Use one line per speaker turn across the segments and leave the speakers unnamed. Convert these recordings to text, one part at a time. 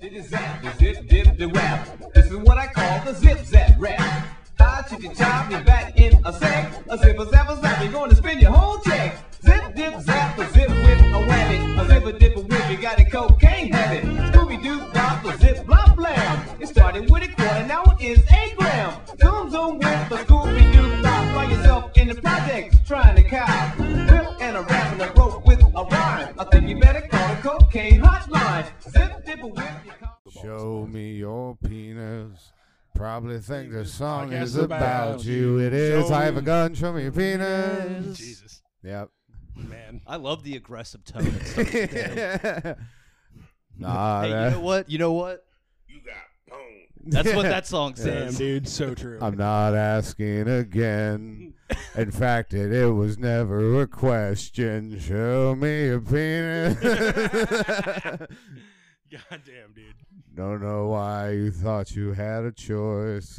Did a zap, the zip, did the rap. This is what I call the zip zap rap. Thigh chicken chop, me back in a sec. A zip, a zap, a zap, you're gonna spin your whole check. Zip, dip, zap, a zip, whip, a wabbit. A zip, a dip, a whip, you got a cocaine habit. Scooby Doo, bop, a zip, blop, blam. It started with a quarter, now it is a gram. Zoom, zoom, whip, a Scooby Doo, bop. Find yourself in the projects, trying to cow. Whip and a rap and a rope with a rhyme. I think you better call the cocaine hotline. Zip, dip, a whip, you call-
Show me your penis. Probably think the song
guess
is about
about
you. It
you.
is.
Show
I have a
me-
gun. Show me your penis.
Jesus,
Yep.
man.
I love the aggressive tone. and stuff.
nah.
hey, you
that-
know what? You know what?
You got pwned.
That's what that song
Damn,
says.
dude, so true.
I'm not asking again. In fact, it, it was never a question. Show me your penis.
Goddamn, dude.
Don't know why you thought you had a choice.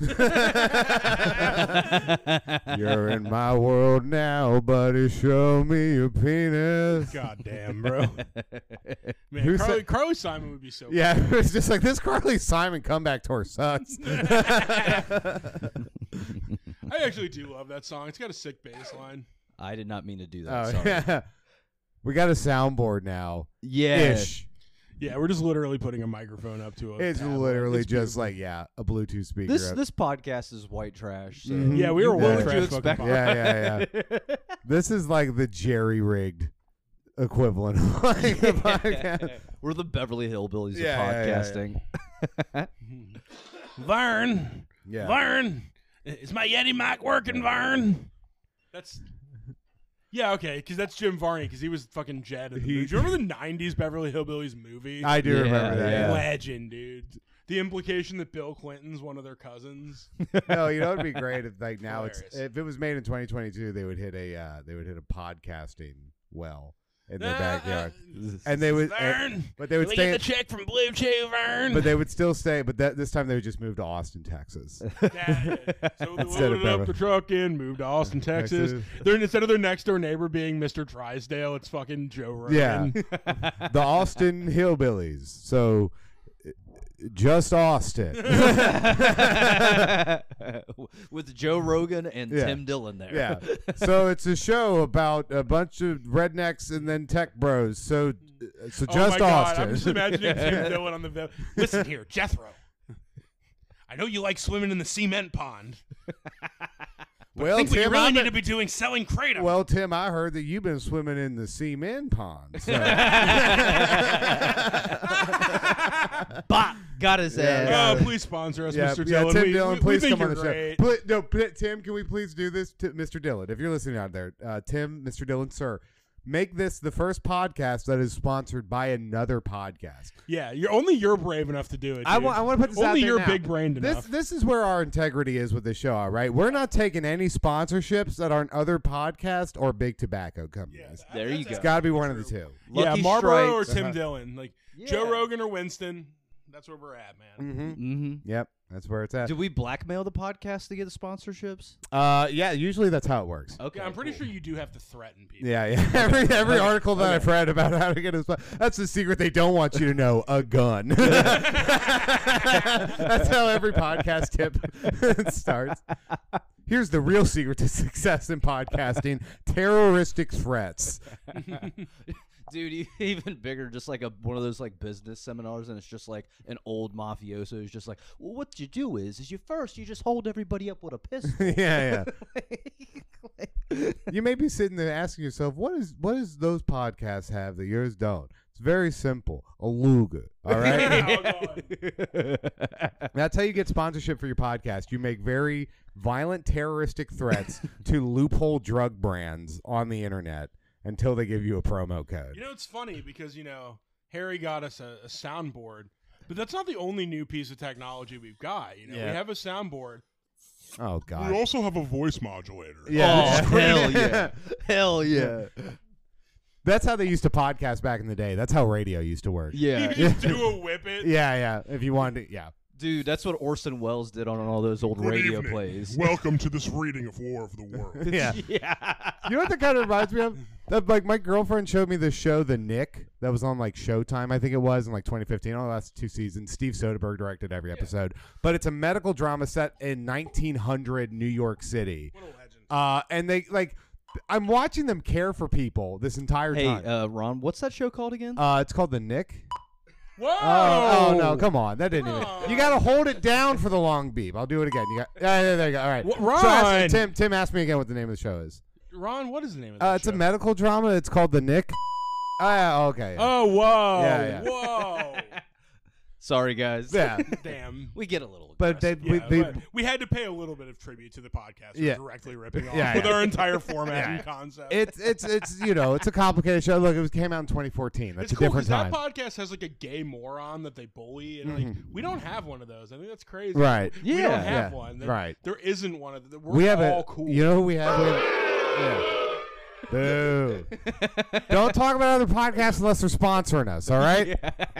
You're in my world now, buddy. Show me your penis.
Goddamn, bro. Man,
Who
Carly,
said-
Carly Simon would be so.
Yeah, it's just like this Carly Simon comeback tour sucks.
I actually do love that song. It's got a sick bass line.
I did not mean to do that.
Oh,
sorry.
yeah. We got a soundboard now.
Yeah.
Ish.
Yeah, we're just literally putting a microphone up to a.
It's
tablet.
literally
Oh, It's
just
beautiful.
like, yeah, a Bluetooth speaker.
This
up-
this podcast is white trash. So
Mhm.
Yeah, we were
What
world
would
trash
you
fucking
expect?
podcast.
yeah, yeah, yeah. this is like the jerry rigged equivalent of like the podcast.
We're the Beverly Hillbillies
Yeah, yeah,
of
yeah, yeah.
podcasting.
Vern,
Yeah.
Vern, is my Yeti mic working, Vern? That's yeah, okay, because that's Jim Varney, because he was fucking Jed. In the
He-
movie. Do you remember the '90s Beverly Hillbillies movie?
I do
Yeah,
remember that.
yeah.
yeah.
Legend, dude. The implication that Bill Clinton's one of their cousins.
no, you know it'd be great if like now it's
Hilarious.
if it was made in 2022, they would hit a uh, they would hit a podcasting well in their
Uh,
backyard,
uh,
and they would, and-
Vern,
but they would
we
stay,
get the check from Blue Chew, Vern.
but they would still stay, but that this time they would just move to Austin, Texas.
Yeah. So they
Instead of
loaded up
Beverly.
the truck in, moved to Austin, Texas.
Texas.
They're, instead of their next door neighbor being Mr. Trisdale, it's fucking Joe
yeah,
Rogan. Oh
the Austin hillbillies. So uh, just Austin.
With Joe Rogan and
Yeah.
Tim Dillon there.
Yeah. So it's a show about a bunch of rednecks and then tech bros. So, so
Oh
just
my God,
Austin.
I'm just imagining Tim Dillon on the ve- Listen here, Jethro. I know you like swimming in the cement pond. I
well,
think what you
Tim,
really
I'm-
need to be doing is selling kratom.
well, Tim, I heard that you've been swimming in the seamen pond. So.
Bop! Got his ass.
yeah.
Oh, please sponsor us,
yeah,
Mr.
yeah,
Dillon.
Tim
we,
Dillon,
we- we
please
think
come on
you're
the
great.
show. Pl- no, pl- Tim, can we please do this, to Mr. Dillon? If you're listening out there, uh, Tim, Mr. Dillon, sir, make this the first podcast that is sponsored by another podcast.
Yeah, you're only you're brave enough to do it. Dude.
I want to put this out
only
there
you're
now.
big brained
This
enough.
this is where our integrity is with the show. All right, we're not taking any sponsorships that aren't other podcast or big tobacco companies.
There you
It's
go.
got to be one of the two.
Lucky
yeah, Marlboro
Strikes.
or Tim
Uh-huh.
Dillon, like Joe
Yeah.
Rogan or Winston. That's where we're at, man.
Mm-hmm.
hmm
Yep, that's where it's at.
Do we blackmail the podcast to get sponsorships?
Uh, yeah, usually that's how it works.
Okay.
Yeah, I'm pretty
cool.
sure you do have to threaten people.
Yeah, yeah. every every article that I've read about how to get a spot, that's the secret they don't want you to know. A gun. that's how every podcast tip starts. Here's the real secret to success in podcasting: terroristic threats.
Dude, e- even bigger, just like a one of those like business seminars, and it's just like an old mafioso who's just like, "Well, what you do is, is you first you just hold everybody up with a pistol."
yeah, yeah. you may be sitting there asking yourself, what is what does those podcasts have that yours don't? It's very simple. A luga. All right.
Oh, God.
That's how you get sponsorship for your podcast. You make very violent terroristic threats to loophole drug brands on the internet until they give you a promo code.
You know, it's funny because, you know, Harry got us a, a soundboard, but that's not the only new piece of technology we've got. You know,
Yeah.
we have a soundboard.
oh god.
also have a voice modulator.
Oh, hell yeah. Hell yeah.
That's how they used to podcast back in the day. That's how radio used to work.
Yeah.
You can just do a whip it.
Yeah, yeah. If you wanted to, yeah.
Dude, that's what Orson Welles did on all those old
Good
radio
evening.
plays.
Welcome to this reading of War of the World.
yeah.
yeah.
You know what that kind of reminds me of? That like my girlfriend showed me this show, The Nick, that was on like Showtime, I think it was in like 2015. All the last two seasons. Steve Soderbergh directed every episode, but it's a medical drama set in 1900 New York City.
What a legend.
Uh, and they like, I'm watching them care for people this entire
Hey,
time.
uh, Ron, what's that show called again?
Uh, it's called The Nick.
Whoa!
Oh, oh, no, come on, that didn't even. You gotta hold it down for the long beep. I'll do it again. You got Ah, there, there you go. All right,
Wha-
So ask-
Ron!
Tim, Tim, ask me again what the name of the show is.
Ron, what is the name of that
Uh, it's a
show?
medical drama. It's called The Nick. Ah, okay.
Oh, whoa.
Yeah, yeah.
Whoa.
Sorry, guys.
yeah,
Damn.
We get a little.
but they,
aggressive.
we,
Yeah,
they,
but we had to pay a little bit of tribute to the podcast for
Yeah.
directly ripping off
Yeah,
with
yeah.
our entire format
Yeah.
and concept.
it's it's it's you know it's a complicated show. Look, it was came out in 2014. That's
it's
a
cool
different time,
that
Mm-hmm.
podcast has like a gay moron that they bully, and like we don't have one of those. I think that's crazy.
right?
We don't
Yeah,
have
yeah,
one. There,
right.
There isn't one of the We're
we have
all
a
cool.
you know who we have. We have yeah. Boo. Don't talk about other podcasts unless they're sponsoring us. All right,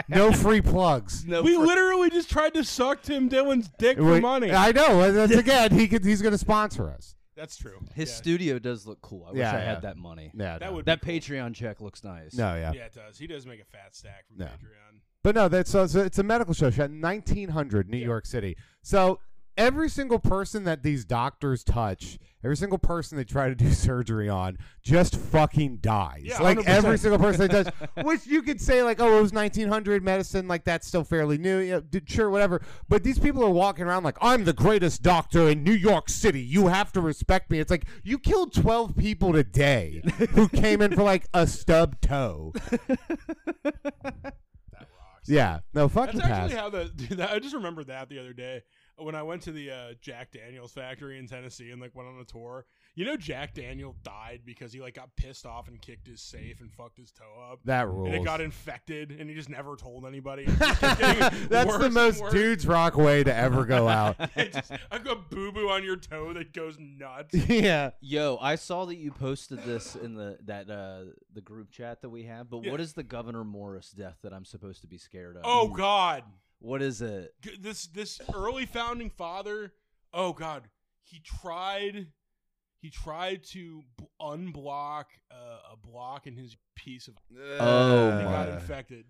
no free plugs.
no,
we
fr-
literally just tried to suck Tim Dillon's dick for
Wait,
money.
I know. That's again, he could, he's going to sponsor us.
that's true.
his
yeah.
studio does look cool. I wish
Yeah,
I
yeah.
had that money.
Yeah,
That
no.
would
That
be
Patreon check looks nice.
no, yeah.
cool. Yeah, it does. He does make a fat stack from
No.
Patreon.
But no, that's so, so it's a medical show shot in 1900 New York City. So every single person that these doctors touch, every single person they try to do surgery on, just fucking dies.
Yeah,
like
100%.
every single person they touch, which you could say like, oh, it was 1900 medicine, like that's still fairly new, you know, d- sure, whatever. But these people are walking around like, I'm the greatest doctor in New York City. You have to respect me. It's like you killed 12 people today who came in for like a stub toe. Yeah, no fucking
That's
pass.
actually how the. dude, that- I just remembered that the other day when I went to the uh, Jack Daniels factory in Tennessee and like went on a tour. You know, Jack Daniel died because he like got pissed off and kicked his safe and fucked his toe up.
That rules.
And it got infected, and he just never told anybody. It just kept getting
That's
worse
the
and
most
worse.
dudes rock way to ever go out.
It's just like a boo boo on your toe that goes nuts.
yeah.
Yo, I saw that you posted this in the that uh the group chat that we have. But
Yeah.
what is the Governor Morris death that I'm supposed to be scared of?
Oh God,
what is it?
G- this this early founding father. Oh God, he tried. He tried to b- unblock uh, a block in his piece of.
Oh
He got
my!
Uh,
infected.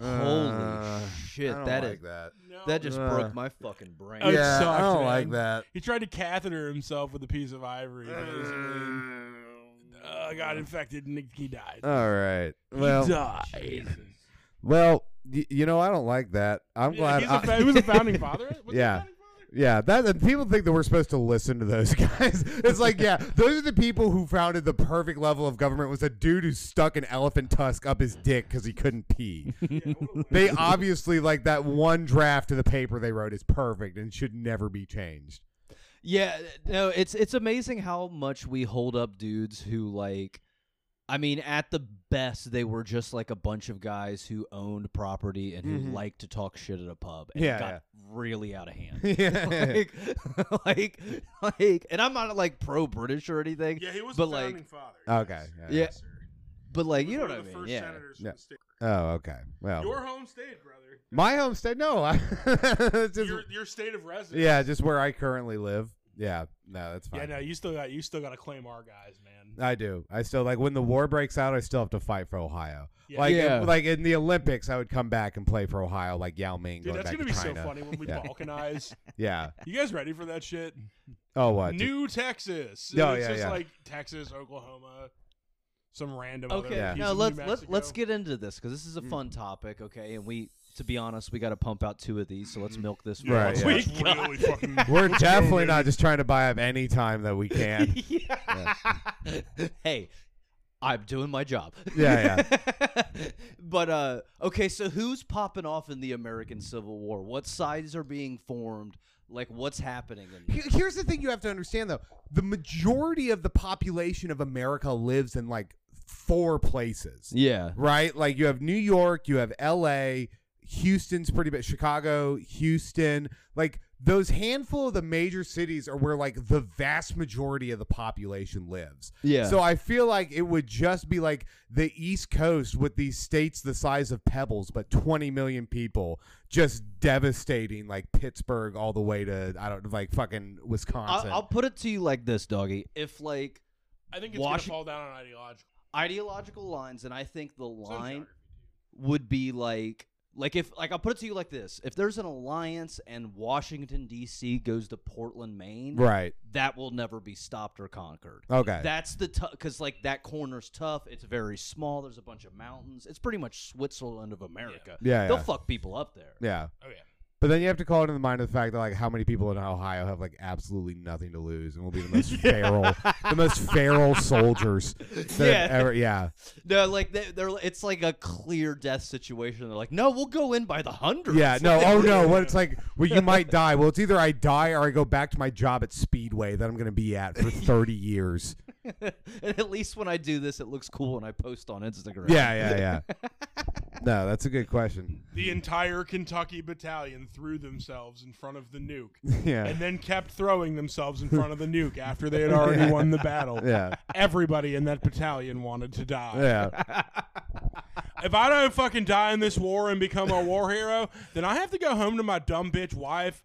Holy shit! that is
that.
No.
that just
Uh,
broke my fucking brain.
Yeah, I sucked, don't like
that.
he tried to catheter himself with a piece of ivory. Basically, and, uh, got infected and he died.
uh,
All right.
he
Well,
died.
well, y- you know I don't like that. I'm
Yeah,
glad.
he's
I-
a fa- he was a founding father. Was he a
Yeah.
founding father?
Yeah, that and people think that we're supposed to listen to those guys. It's like, yeah, those are the people who founded the perfect level of government was a dude who stuck an elephant tusk up his dick because he couldn't pee. they obviously like that one draft of the paper they wrote is perfect and should never be changed.
Yeah, no, it's it's amazing how much we hold up dudes who like I mean, at the best they were just like a bunch of guys who owned property and who
Mhm.
liked to talk shit at a pub and
Yeah,
got
yeah.
really out of hand.
yeah,
like, like like and I'm not like pro British or anything,
Yeah, he was
But,
the
like-
founding father.
Okay,
yes.
yeah.
Yeah. but like
He
you know
was
what I
one of the
mean.
first
Yeah.
senators from
Yeah.
the state.
oh, okay. Well,
Your home state, brother.
my homestead. No, I, it's just,
Your, your state of residence.
yeah, just where I currently live. Yeah, no, that's fine.
Yeah, no, you still got you still got to claim our guys, man.
I do. I still like when the war breaks out. I still have to fight for Ohio.
Yeah.
Like,
Yeah.
like in the Olympics, I would come back and play for Ohio, like Yao Ming.
Dude,
going
that's
back
gonna be
to China.
so funny when we
Yeah.
balkanize.
Yeah.
You guys ready for that shit?
Oh, what?
New Texas.
No,
it's
yeah,
just
yeah.
like Texas, Oklahoma, some random.
Okay,
other
Yeah.
piece
now
of
let's
New
let's let's
Mexico.
get into this because this is a
Mm.
fun topic, okay? And we, to be honest, we got to pump out two of these, so
Mm-hmm.
let's milk this one.
Right,
Let's-
yeah.
let's really fucking.
We're definitely not just trying to buy up any time that we can.
hey, I'm doing my job.
Yeah,
yeah. but uh okay, so who's popping off in the American Civil War? What sides are being formed? Like what's happening in
Here- Here's the thing you have to understand, though: the majority of the population of America lives in like four places.
Yeah.
right? Like you have New York, you have L.A., Houston's pretty big. Chicago, Houston, like those handful of the major cities are where like the vast majority of the population lives.
Yeah.
So I feel like it would just be like the East Coast with these states the size of pebbles, but 20 million people just devastating like Pittsburgh all the way to, I don't like fucking Wisconsin.
I'll, I'll put it to you like this, doggy. If like
I think it's
Washing-
gonna fall down on ideological.
ideological lines, and I think the
Some
line
geography.
would be like like if like I'll put it to you like this: if there's an alliance and Washington D.C. goes to Portland, Maine,
right.
that will never be stopped or conquered.
Okay.
That's the tough because like that corner's tough. It's very small. There's a bunch of mountains. It's pretty much Switzerland of America.
yeah.
They'll
yeah.
fuck people up there.
yeah.
Oh yeah.
But then you have to call it in the mind of the fact that like how many people in Ohio have like absolutely nothing to lose and will be the most feral, the most feral soldiers that
Yeah.
have ever. Yeah,
No, like they, they're it's like a clear death situation. They're like, no, we'll go in by the hundreds.
yeah. No, oh no. What it's like? Well, you might die. Well, it's either I die or I go back to my job at Speedway that I'm going to be at for 30 years.
and at least when I do this, it looks cool and I post on Instagram.
Yeah, yeah, yeah. No, that's a good question.
The entire Kentucky battalion threw themselves in front of the nuke,
Yeah,
and then kept throwing themselves in front of the nuke after they had already won the battle.
yeah,
Everybody in that battalion wanted to die.
yeah.
If I don't fucking die in this war and become a war hero, then I have to go home to my dumb bitch wife.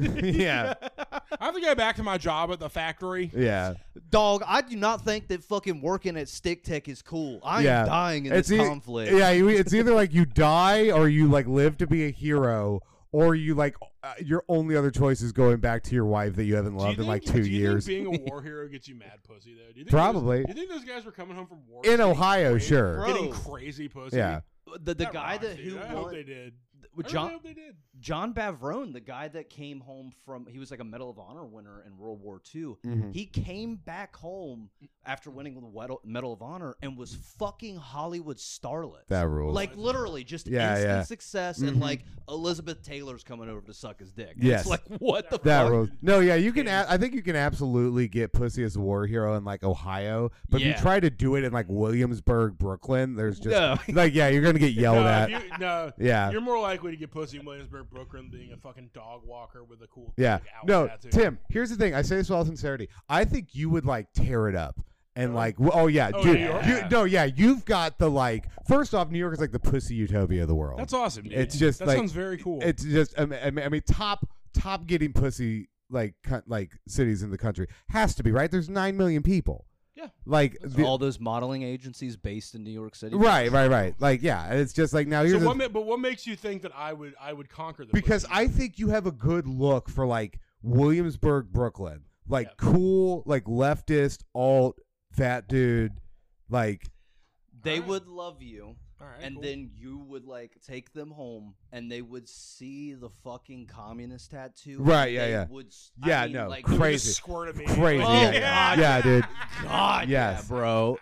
Yeah,
I have to go back to my job at the factory.
yeah.
Dog, I do not think that fucking working at Stick Tech is cool. I
yeah.
am dying in
e-
this conflict.
Yeah, you- it's either like you die or you like live to be a hero, or you like uh, your only other choice is going back to your wife that you haven't
Do you
loved in like
think-
two
do you
years.
Think being a war hero gets you mad pussy though. Do you think
Probably.
Those, do you think those guys were coming home from war
In
getting
Ohio,
crazy-
sure.
Bro.
getting crazy pussy?
Yeah.
The, the
That
guy
rocks,
that
dude.
who
I hope
won,
they did. I really
John
hope they did.
John Bavrone, the guy that came home from he was like a Medal of Honor winner in World War II.
Mhm.
He came back home after winning the Wed- Medal of Honor and was fucking Hollywood starlet.
That rules.
Like literally just
Yeah,
instant
yeah.
success
Mhm.
and like Elizabeth Taylor's coming over to suck his dick. And
Yes.
It's like what the
that
fuck?
rules. No, yeah, you can. A- I think you can absolutely get pussy as a war hero in like Ohio, but if
Yeah.
you try to do it in like Williamsburg, Brooklyn, there's just
No.
like yeah, you're gonna get yelled
no,
at.
if You, no,
Oh, yeah.
you're more likely to get pussy in Williamsburg, Brooklyn, being a fucking dog walker with a cool
Yeah.
big owl
No,
tattoo.
Tim, here's the thing. I say this with all sincerity. I think you would like tear it up. And like, w- oh yeah,
Oh,
dude,
yeah.
you, no, yeah, you've got the like. First off, New York is like the pussy utopia of the world.
That's awesome. Dude.
It's just
that
like-
sounds very cool.
It's just, I mean, I mean, I mean, top, top getting pussy like, co- like cities in the country has to be right. There's nine million people.
Yeah.
Like the-
all those modeling agencies based in New York City.
right, right, right. Like yeah, and it's just like now
so
here's the-
what, ma- but what makes you think that I would I would conquer the
because
pussy?
I think you have a good look for like Williamsburg, Brooklyn, like cool, like leftist alt fat dude, like
They
Alright.
would love you
All right,
and
cool.
then you would like take them home and they would see the fucking communist tattoo. and
Right, yeah,
they
yeah.
Would, s-
Yeah,
I mean,
no,
like,
You
crazy.
just squirt at me.
crazy,
Oh,
yeah,
God.
yeah, dude,
God,
Yes.
yeah, bro.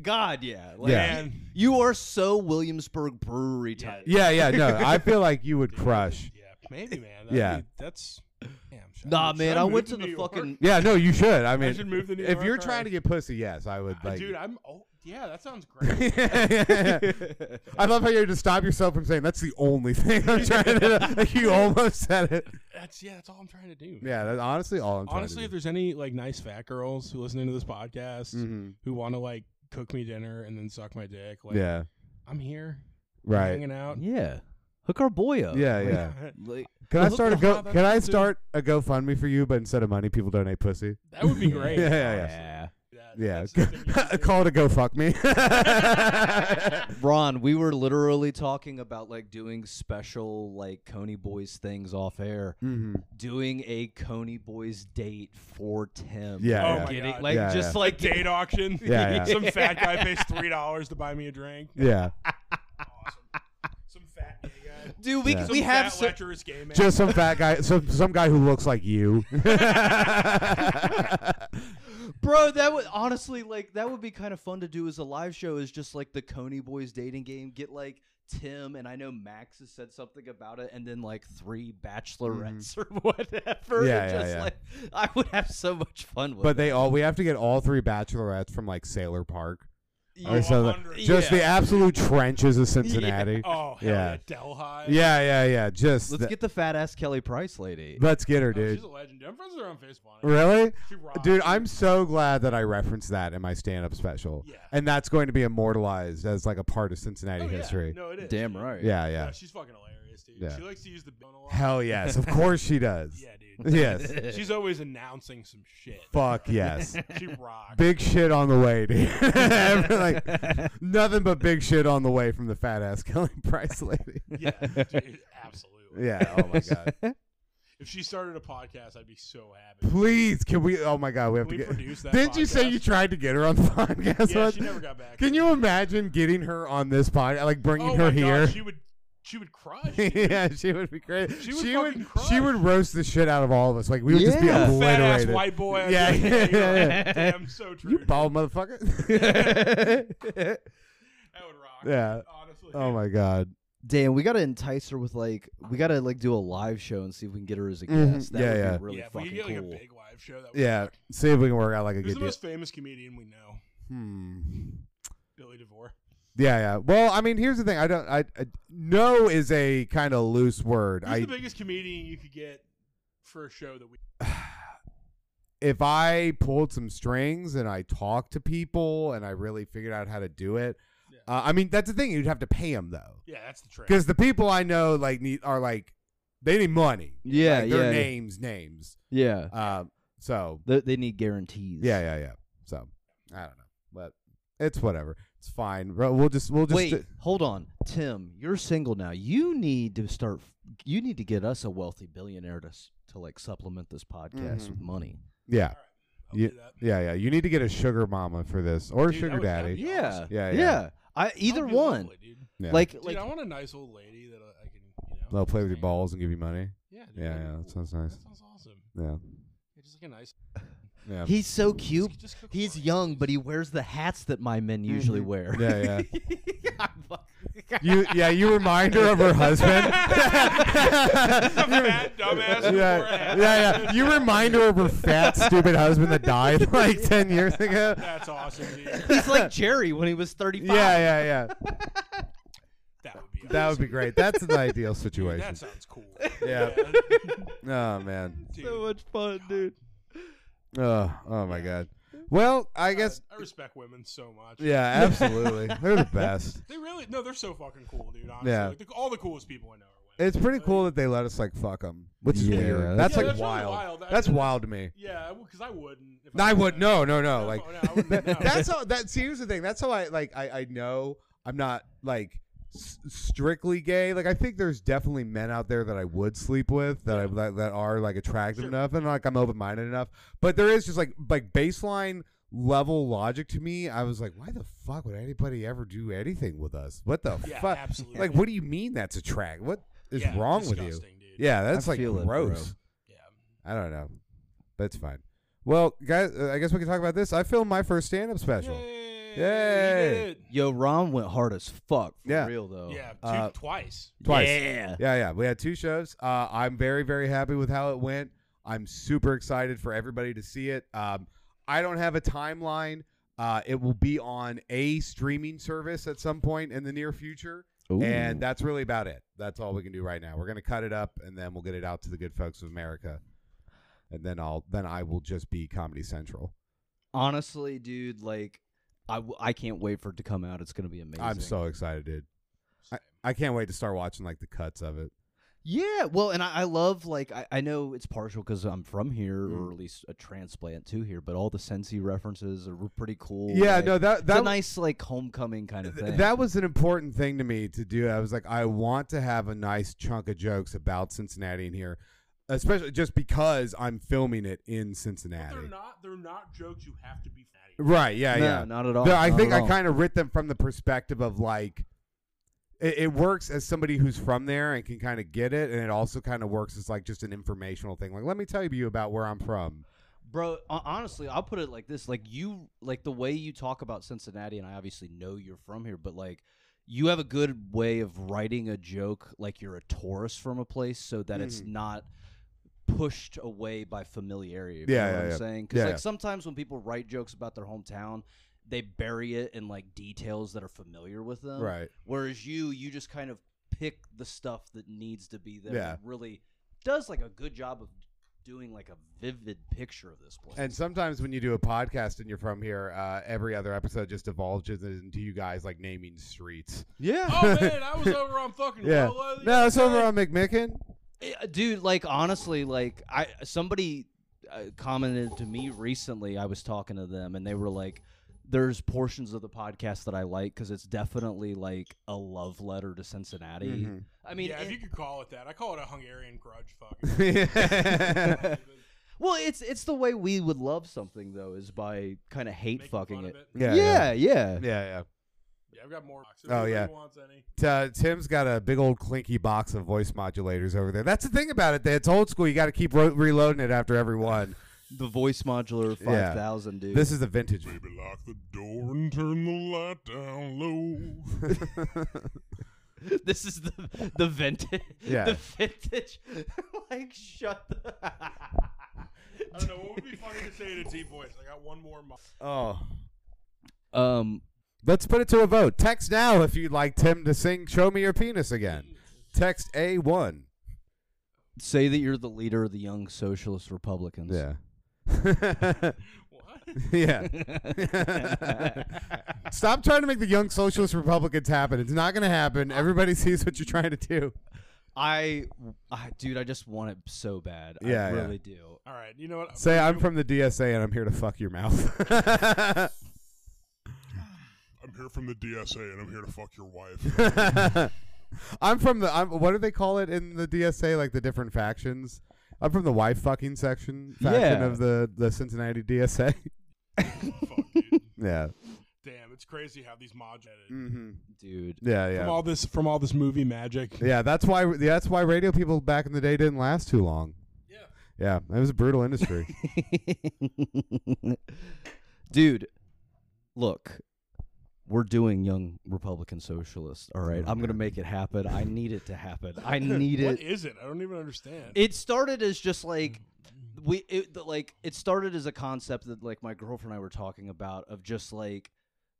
God, yeah. Like,
Yeah.
Man.
You are so Williamsburg brewery
Yeah.
type.
yeah, yeah. No, I feel like you would crush.
Yeah, maybe, man.
Yeah.
That'd be- that's. Damn, should
Nah,
move-
man,
should
I
move
went to
New
the
York?
fucking.
Yeah, no, you should. I
I,
mean,
should move to New
if you're
York,
trying to get
alright.
pussy, yes, I would
Uh,
like.
dude, I'm. Oh, yeah, that sounds great.
I love how you had to stop yourself from saying that's the only thing I'm trying to. Like you almost said it.
that's yeah, that's all I'm trying to do. man.
Yeah, that's honestly all I'm trying
Honestly,
to
if
do.
there's any like nice fat girls who listen into this podcast
Mhm.
who want to like cook me dinner and then suck my dick, like
yeah,
I'm here,
right.
hanging out.
Yeah. Hook our boy up.
Yeah, yeah.
Like,
Can I
Well,
start a
look
go?
how that
Can I
works, dude.
start a GoFundMe for you? But instead of money, people donate pussy.
that would be great.
Yeah, yeah, yeah.
yeah.
That-
Yeah,
that's the thing you should do.
call it a go fuck me.
Ron, we were literally talking about like doing special like Coney Boys things off air.
hmm
Doing a Coney Boys date for
Yeah,
Oh
Tim.
yeah. my
Getting-
God.
like
Yeah,
just
yeah.
like
date auction.
Yeah, yeah.
Some fat guy pays three dollars to buy me a drink.
Yeah,
Awesome. Some fat gay guy.
dude, we
Yeah.
Some
we have
fat
so-
lecherous gay man.
just some fat guy, some some guy who looks like you.
Bro, that would honestly like that would be kind of fun to do as a live show is just like the Coney Boys dating game. Get like Tim and I know Max has said something about it, and then like three bachelorettes or whatever.
Mm-hmm. Yeah,
and
yeah,
just
yeah.
like I would have so much fun with.
but
it.
they all we have to get all three bachelorettes from like Sailor Park. Or something.
100.
Just the
Yeah.
absolute trenches of Cincinnati.
Oh, hell
Yeah.
yeah. Delhi.
Yeah, yeah, yeah. Just
Let's
the-
get the fat ass Kelly Price lady.
let's get her,
Oh,
dude.
she's a legend. I'm friends with her on Facebook.
Really?
She rocks.
Dude, I'm so glad that I referenced that in my stand up special.
Yeah.
And that's going to be immortalized as like a part of Cincinnati
Oh, yeah.
history.
No, it is.
Damn
dude.
right.
Yeah,
Yeah,
yeah.
she's fucking hilarious, dude.
Yeah.
She likes to use the bone a lot.
Hell yes. Of course she does.
Yeah, dude.
Yes.
She's always announcing some shit.
Fuck yes.
She rocks.
Big shit on the way, dude. like, nothing but big shit on the way from the fat ass Kelly Price lady.
Yeah, dude, absolutely.
Yeah. Oh my god.
If she started a podcast, I'd be so happy.
Please, can we? Oh my god, we have
Can we
to get.
produce that?
Didn't you say
podcast?
you tried to get her on the podcast?
Yeah,
once?
she never got back.
Can you imagine getting her on this podcast? Like bringing
Oh
her
my
here.
God, she would. She would crush. dude.
yeah, she would be great.
She would
would.
fucking
She would roast the shit out of all of us. Like we would just be
Yeah.
Fat ass
obliterated.
white boy. I'd be
Yeah,
like,
yeah,
you're
yeah,
right.
yeah.
Damn, so true.
you bald motherfucker.
That would rock.
Yeah.
Honestly.
oh my god.
Damn, we gotta entice her with like we gotta like do a live show and see if we can get her as a
Mhm.
guest. That
Yeah,
would
yeah.
be really
yeah, if we
fucking
could get like
cool.
a big live show, that would
Yeah.
rock.
See if we can work out like a
Who's
good
the
deal.
most famous comedian we know?
Hmm.
Billy DeVore.
Yeah, yeah. Well, I mean, here's the thing. I don't. I, I no is a kind of loose word.
Who's
I
the biggest comedian you could get for a show that we?
if I pulled some strings and I talked to people and I really figured out how to do it.
Yeah.
Uh, I mean, that's the thing. You'd have to pay them though,
Yeah, that's the trick.
because the people I know like need are like they need money.
Yeah,
Like,
yeah,
their
yeah.
names, names.
yeah.
Um, so
They, they need guarantees.
yeah, yeah, yeah. So I don't know, but it's whatever. It's fine. Ro- We'll just we'll just
Wait, hold on, Tim. You're single now. You need to start. You need to get us a wealthy billionaire to s- to like supplement this podcast
Mhm.
with money.
yeah.
I'll
you-
do that.
Yeah, yeah. You need to get a sugar mama for this or a
Dude,
sugar
that would- e-,
daddy.
that would be
Yeah,
awesome.
Yeah, yeah.
I either
That would be
one.
lovely, dude.
Yeah.
Like
Dude,
like
I want a nice old lady that I I can, you know.
they'll play with your
hang-
balls and give you money.
Yeah, dude,
Yeah,
that'd be
yeah, that
cool.
sounds nice.
That sounds awesome.
Yeah,
Yeah, just like a nice.
yeah,
he's so cute.
Just, just cook
He's
for me.
young, but he wears the hats that my men usually
Mhm.
wear.
yeah, yeah.
I'm fucking-
You, yeah, you remind her of her husband.
Fat dumbass
yeah,
with four
yeah,
hats.
yeah. You remind her of her fat, stupid husband that died like ten years ago.
That's awesome, dude.
He's like Jerry when he was 35.
Yeah, yeah, yeah.
That would be.
That would
awesome.
be great. That's the ideal
Dude,
situation.
that sounds cool.
Yeah. Oh man.
dude.
So much fun, dude.
Oh, oh my god. Well, I guess.
God, I respect women so much.
Yeah, absolutely. They're the best.
They really no, they're so fucking cool, dude. Honestly,
Yeah.
Like, the, all the coolest people I know are women.
It's pretty
Like,
cool that they let us like fuck them, which is
Yeah,
weird. That's
that's-
like
Yeah, that's really
wild.
wild. I-
That's wild to me.
Yeah, because I wouldn't. if
I
was
would
them.
no, no, no.
No,
Like
no, I wouldn't, no.
that's how. That see, here's the thing. That's how I like. I I know I'm not like s- strictly gay. Like I think there's definitely men out there that I would sleep with that I that, that are like attractive
Sure.
enough and like I'm open minded enough. But there is just like like baseline level logic to me. I was like, why the fuck would anybody ever do anything with us? What the
Yeah,
fuck?
absolutely.
Like, what do you mean that's attractive? What is
Yeah,
wrong with you?
disgusting, Dude.
Yeah, that's like
feel it, bro.
gross.
Yeah.
I don't know, but it's fine. Well, guys, uh, I guess we can talk about this. I filmed my first stand-up special.
Yay!
Yay.
we did it.
Yo, Ron went hard as fuck. For
Yeah.
real though.
Yeah, two,
Uh,
twice.
Twice.
Yeah.
Yeah, yeah. We had two shows. Uh, I'm very, very happy with how it went. I'm super excited for everybody to see it. Um, I don't have a timeline. Uh, it will be on a streaming service at some point in the near future, and that's really about it. That's all we can do right now. We're gonna cut it up, and then we'll get it out to the good folks of America, and then I'll then I will just be Comedy Central.
honestly, dude, like I, w- I can't wait for it to come out. It's gonna be amazing.
I'm so excited, dude. I, I can't wait to start watching like the cuts of it.
Yeah, well, and I, I love like I, I know it's partial because I'm from here,
Mm.
or at least a transplant to here. But all the Sensi references are pretty cool.
Yeah,
like,
no, that
it's
that
a nice like homecoming kind of
th-
thing.
that was an important thing to me to do. I was like, I want to have a nice chunk of jokes about Cincinnati in here, especially just because I'm filming it in
But
Cincinnati.
they're not. They're not jokes. You have to be fatty.
Right? Yeah,
no,
yeah.
not at all.
Though I
not
think
at
I
all.
kind of writ them from the perspective of like. It, it works as somebody who's from there and can kind of get it, and it also kind of works as like just an informational thing. Like, let me tell you about where I'm from.
bro. hon- Honestly, I'll put it like this: like you, like the way you talk about Cincinnati, and I obviously know you're from here, but like you have a good way of writing a joke like you're a tourist from a place, so that it's
Mhm.
not pushed away by familiarity. if
Yeah,
you know
yeah,
what
yeah.
I'm saying because
Yeah,
like
yeah.
sometimes when people write jokes about their hometown. they bury it in like details that are familiar with them.
right.
Whereas you, you just kind of pick the stuff that needs to be there.
Yeah.
It Really does like a good job of doing like a vivid picture of this place.
And sometimes when you do a podcast and you're from here, uh, every other episode just divulges into you guys like naming streets.
yeah.
Oh man, I was over on fucking
Yeah.
Willow the
No, it's
other
over
day.
on McMicken.
Yeah, Eh, uh, dude like honestly like i somebody uh, commented to me recently i was talking to them and they were like there's portions of the podcast that i like because it's definitely like a love letter to cincinnati
Mhm.
i mean
yeah,
it-
if you could call it that, I call it a Hungarian grudge. Fucking.
well it's it's the way we would love something though is by kind of hate
Making
fucking
fun
it.
of it.
Yeah,
yeah yeah,
Yeah,
Yeah, I've got more. If
Oh, yeah.
anybody Wants any.
yeah. Uh, Tim's got a big old clinky box of voice modulators over there. That's the thing about it. that It's old school. You got to keep ro- reloading it after every one.
the voice modular
Yeah.
5000 dude
This is the vintage.
Baby, lock the door and turn the light down low.
this is the the vintage
Yeah.
the vintage like shut the
I don't know what would be funny to say to T voice. I got one more. Mo-
Oh.
um
Let's put it to a vote. Text now if you'd like Tim to sing Show Me Your Penis again. Text A1.
say that you're the leader of the young socialist republicans
Yeah.
what?
yeah. Stop trying to make the young socialist Republicans happen. It's not going to happen. Everybody sees what you're trying to do.
I, I dude i just want it so bad
Yeah,
i
yeah.
really do
All right, you know what?
Say, I'm from the DSA and I'm here to fuck your mouth.
I'm here from the DSA and I'm here to fuck your wife.
I'm from the. I'm, what do they call it in the DSA? Like the different factions. I'm from the wife fucking section faction
Yeah.
of the the Cincinnati DSA.
Fuck, dude.
yeah.
Damn, it's crazy how these mods edit.
Mm-hmm.
dude
Yeah. Yeah.
From all this, from all this movie magic.
Yeah, that's why that's why radio people back in the day didn't last too long.
Yeah.
Yeah, it was a brutal industry.
dude look we're doing young republican socialists all right i'm gonna make it happen i need it to happen i need
What
it
is it? I don't even understand.
it started as just like we it, the, like it started as a concept that like my girlfriend and I were talking about of just like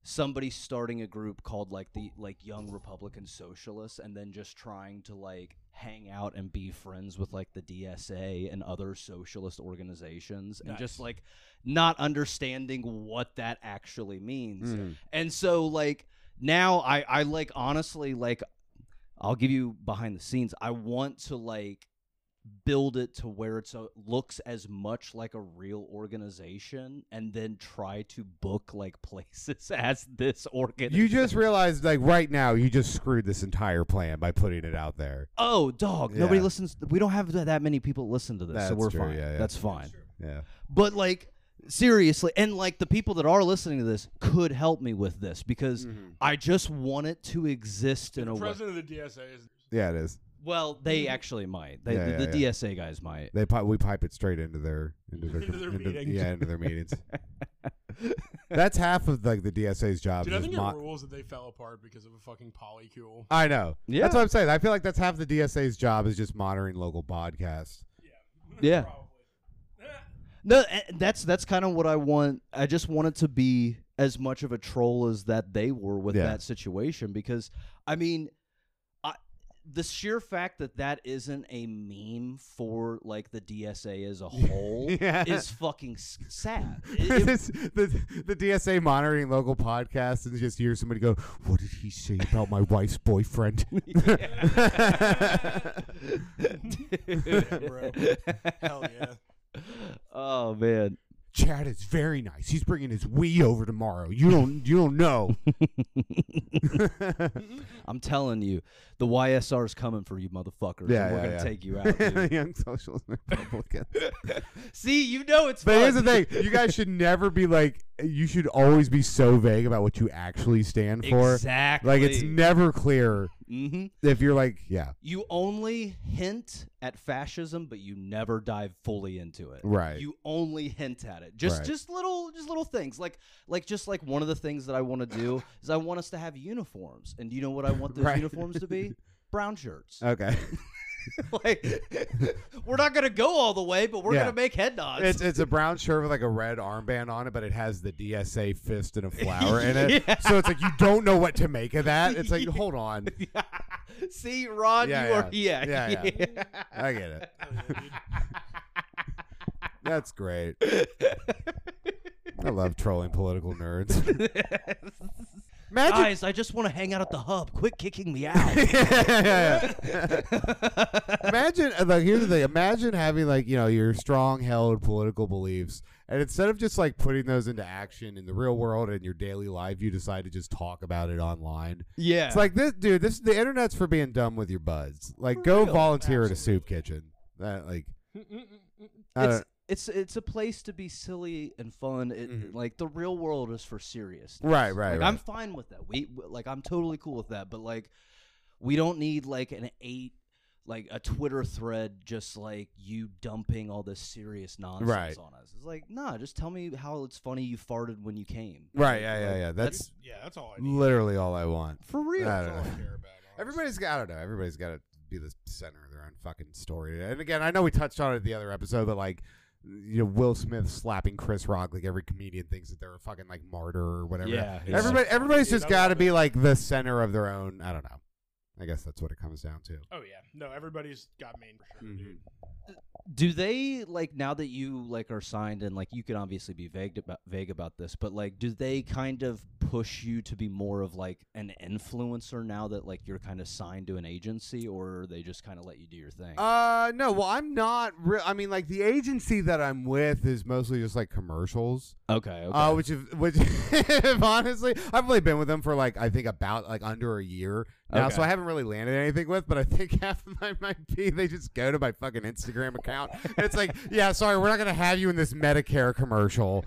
somebody starting a group called like the like young republican socialists and then just trying to like hang out and be friends with like the DSA and other socialist organizations and just
Nice.
like not understanding what that actually means.
Mm.
And so like now I I like honestly like I'll give you behind the scenes. I want to like build it to where it's a, looks as much like a real organization and then try to book like places as this organization.
You just realized, like right now, you just screwed this entire plan by putting it out there.
Oh, dog. Nobody
Yeah.
listens we don't have that many people listen to this, so
That's
we're
true,
fine.
yeah, yeah.
That's fine.
Yeah,
But like seriously, and like the people that are listening to this could help me with this because I just want it to exist in
the
a way.
president of the DSA is.
yeah, it is.
Well, they actually might. They,
Mm-hmm. Yeah,
the
yeah,
the
yeah.
DSA guys might.
They pi- we pipe it straight into their into their,
Into their
into-
meetings.
Yeah, into their meetings. That's half of like the DSA's job.
Dude, I
is
think
mo-
it rules that they fell apart because of a fucking polycule.
I know.
Yeah.
That's what I'm saying. I feel like that's half the DSA's job is just monitoring local podcasts.
Yeah.
Probably.
No, a- that's that's kind of what I want. I just want it to be as much of a troll as that they were with
Yeah.
that situation because I mean, I, the sheer fact that that isn't a meme for like the DSA as a whole
Yeah.
is fucking s- sad. It- it-
It's- the, the DSA monitoring local podcasts and just hear somebody go, "What did he say about my wife's boyfriend?"
Yeah, bro. Hell yeah.
oh man.
Chad is very nice. He's bringing his Wii over tomorrow. You don't, you don't know.
I'm telling you, the YSR's coming for you, motherfuckers.
Yeah,
and we're
yeah,
gonna
yeah.
take you out. Dude.
Young socialist Republican.
See, you know it's.
But here's the
fun.
thing: you guys should never be like. You should always be so vague about what you actually stand for.
Exactly.
Like it's never clear
hmm
if you're like, yeah,
You only hint at fascism, but you never dive fully into it.
right.
You only hint at it. Just
Right.
just little just little things. Like like just like one of the things that I want to do is I want us to have uniforms. And do you know what I want those
Right. Uh,
uniforms to be? Brown shirts.
okay.
like, we're not gonna go all the way, but we're
Yeah.
gonna make head nods.
It's it's a brown shirt with like a red armband on it, but it has the DSA fist and a flower in it.
Yeah.
So it's like you don't know what to make of that. It's like hold on,
See, Ron,
Yeah,
you are yeah,
yeah. Yeah, yeah.
yeah.
I get it. That's great. I love trolling political nerds. Magic.
Guys, I just want to hang out at the hub. Quit kicking me out.
imagine uh, like here's the thing imagine having like you know your strong held political beliefs and instead of just like putting those into action in the real world and your daily life you decide to just talk about it online
yeah.
it's like this dude this the internet's for being dumb with your buds like go volunteer at a soup kitchen that like I
it's
don't-
it's it's a place to be silly and fun. It,
Mhm.
Like the real world is for serious.
right right,
like
right.
I'm fine with that. We w- like I'm totally cool with that. But like, we don't need like an eight, like a Twitter thread just like you dumping all this serious nonsense
Right.
on us. It's like, nah, just tell me how it's funny you farted when you came.
right yeah yeah yeah that's
yeah, that's all I need.
literally all i want
For real.
I
That's all
don't
I
know.
care about. honestly.
Everybody's got, I don't know, everybody's got to be the center of their own fucking story. And again, I know we touched on it the other episode, but like, you know, Will Smith slapping Chris Rock, like every comedian thinks that they're a fucking like martyr or whatever.
Yeah, yeah.
Everybody, everybody's
Dude,
just
I
got to
love
be
it.
like the center of their own. I don't know. I guess that's what it comes down to.
Oh yeah, no, everybody's got main for
Mm-hmm.
sure, dude.
Do they like now that you like are signed and like you can obviously be vague about vague about this, but like do they kind of push you to be more of like an influencer now that like you're kind of signed to an agency or they just kind of let you do your thing?
Uh, no. Well, I'm not. Re- I mean, like the agency that I'm with is mostly just like commercials.
okay, okay.
Uh, which is which honestly, I've only been with them for like I think about like under a year now, so
Okay.
I haven't really landed anything with. But I think half of my might be they just go to my fucking Instagram account and it's like, yeah, sorry, we're not gonna have you in this Medicare commercial.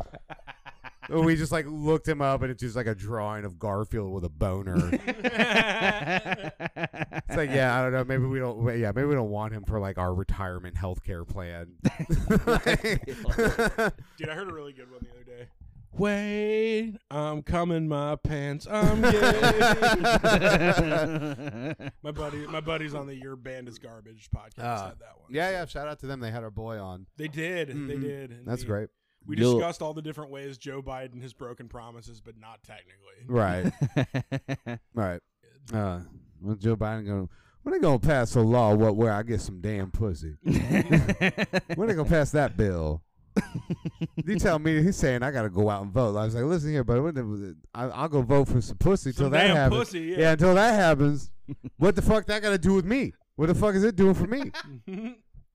we just like looked him up and it's just like a drawing of Garfield with a boner. It's like, yeah, I don't know. Maybe we don't. wait, Yeah, maybe we don't want him for like our retirement healthcare plan.
Dude, I heard a really good one the other day. Wait, I'm coming, my pants. I'm gay. my buddy, my buddy's on the Your Band Is Garbage podcast.
Ah.
had that one.
yeah, yeah. Shout out to them. They had our boy on.
They did. They
Mhm.
did. and
That's
we-
great.
We
You'll-
discussed all the different ways Joe Biden has broken promises, but not technically.
Right. Right. Uh, when Joe Biden going, when they gonna pass a law what where I get some damn pussy? When they gonna pass that bill? you tell me he's saying I gotta go out and vote. I was like, listen here, buddy, when the- I, I'll go vote for some pussy
Some
till that
damn
happens.
pussy, yeah.
until that happens, what the fuck that got to do with me? What the fuck is it doing for me?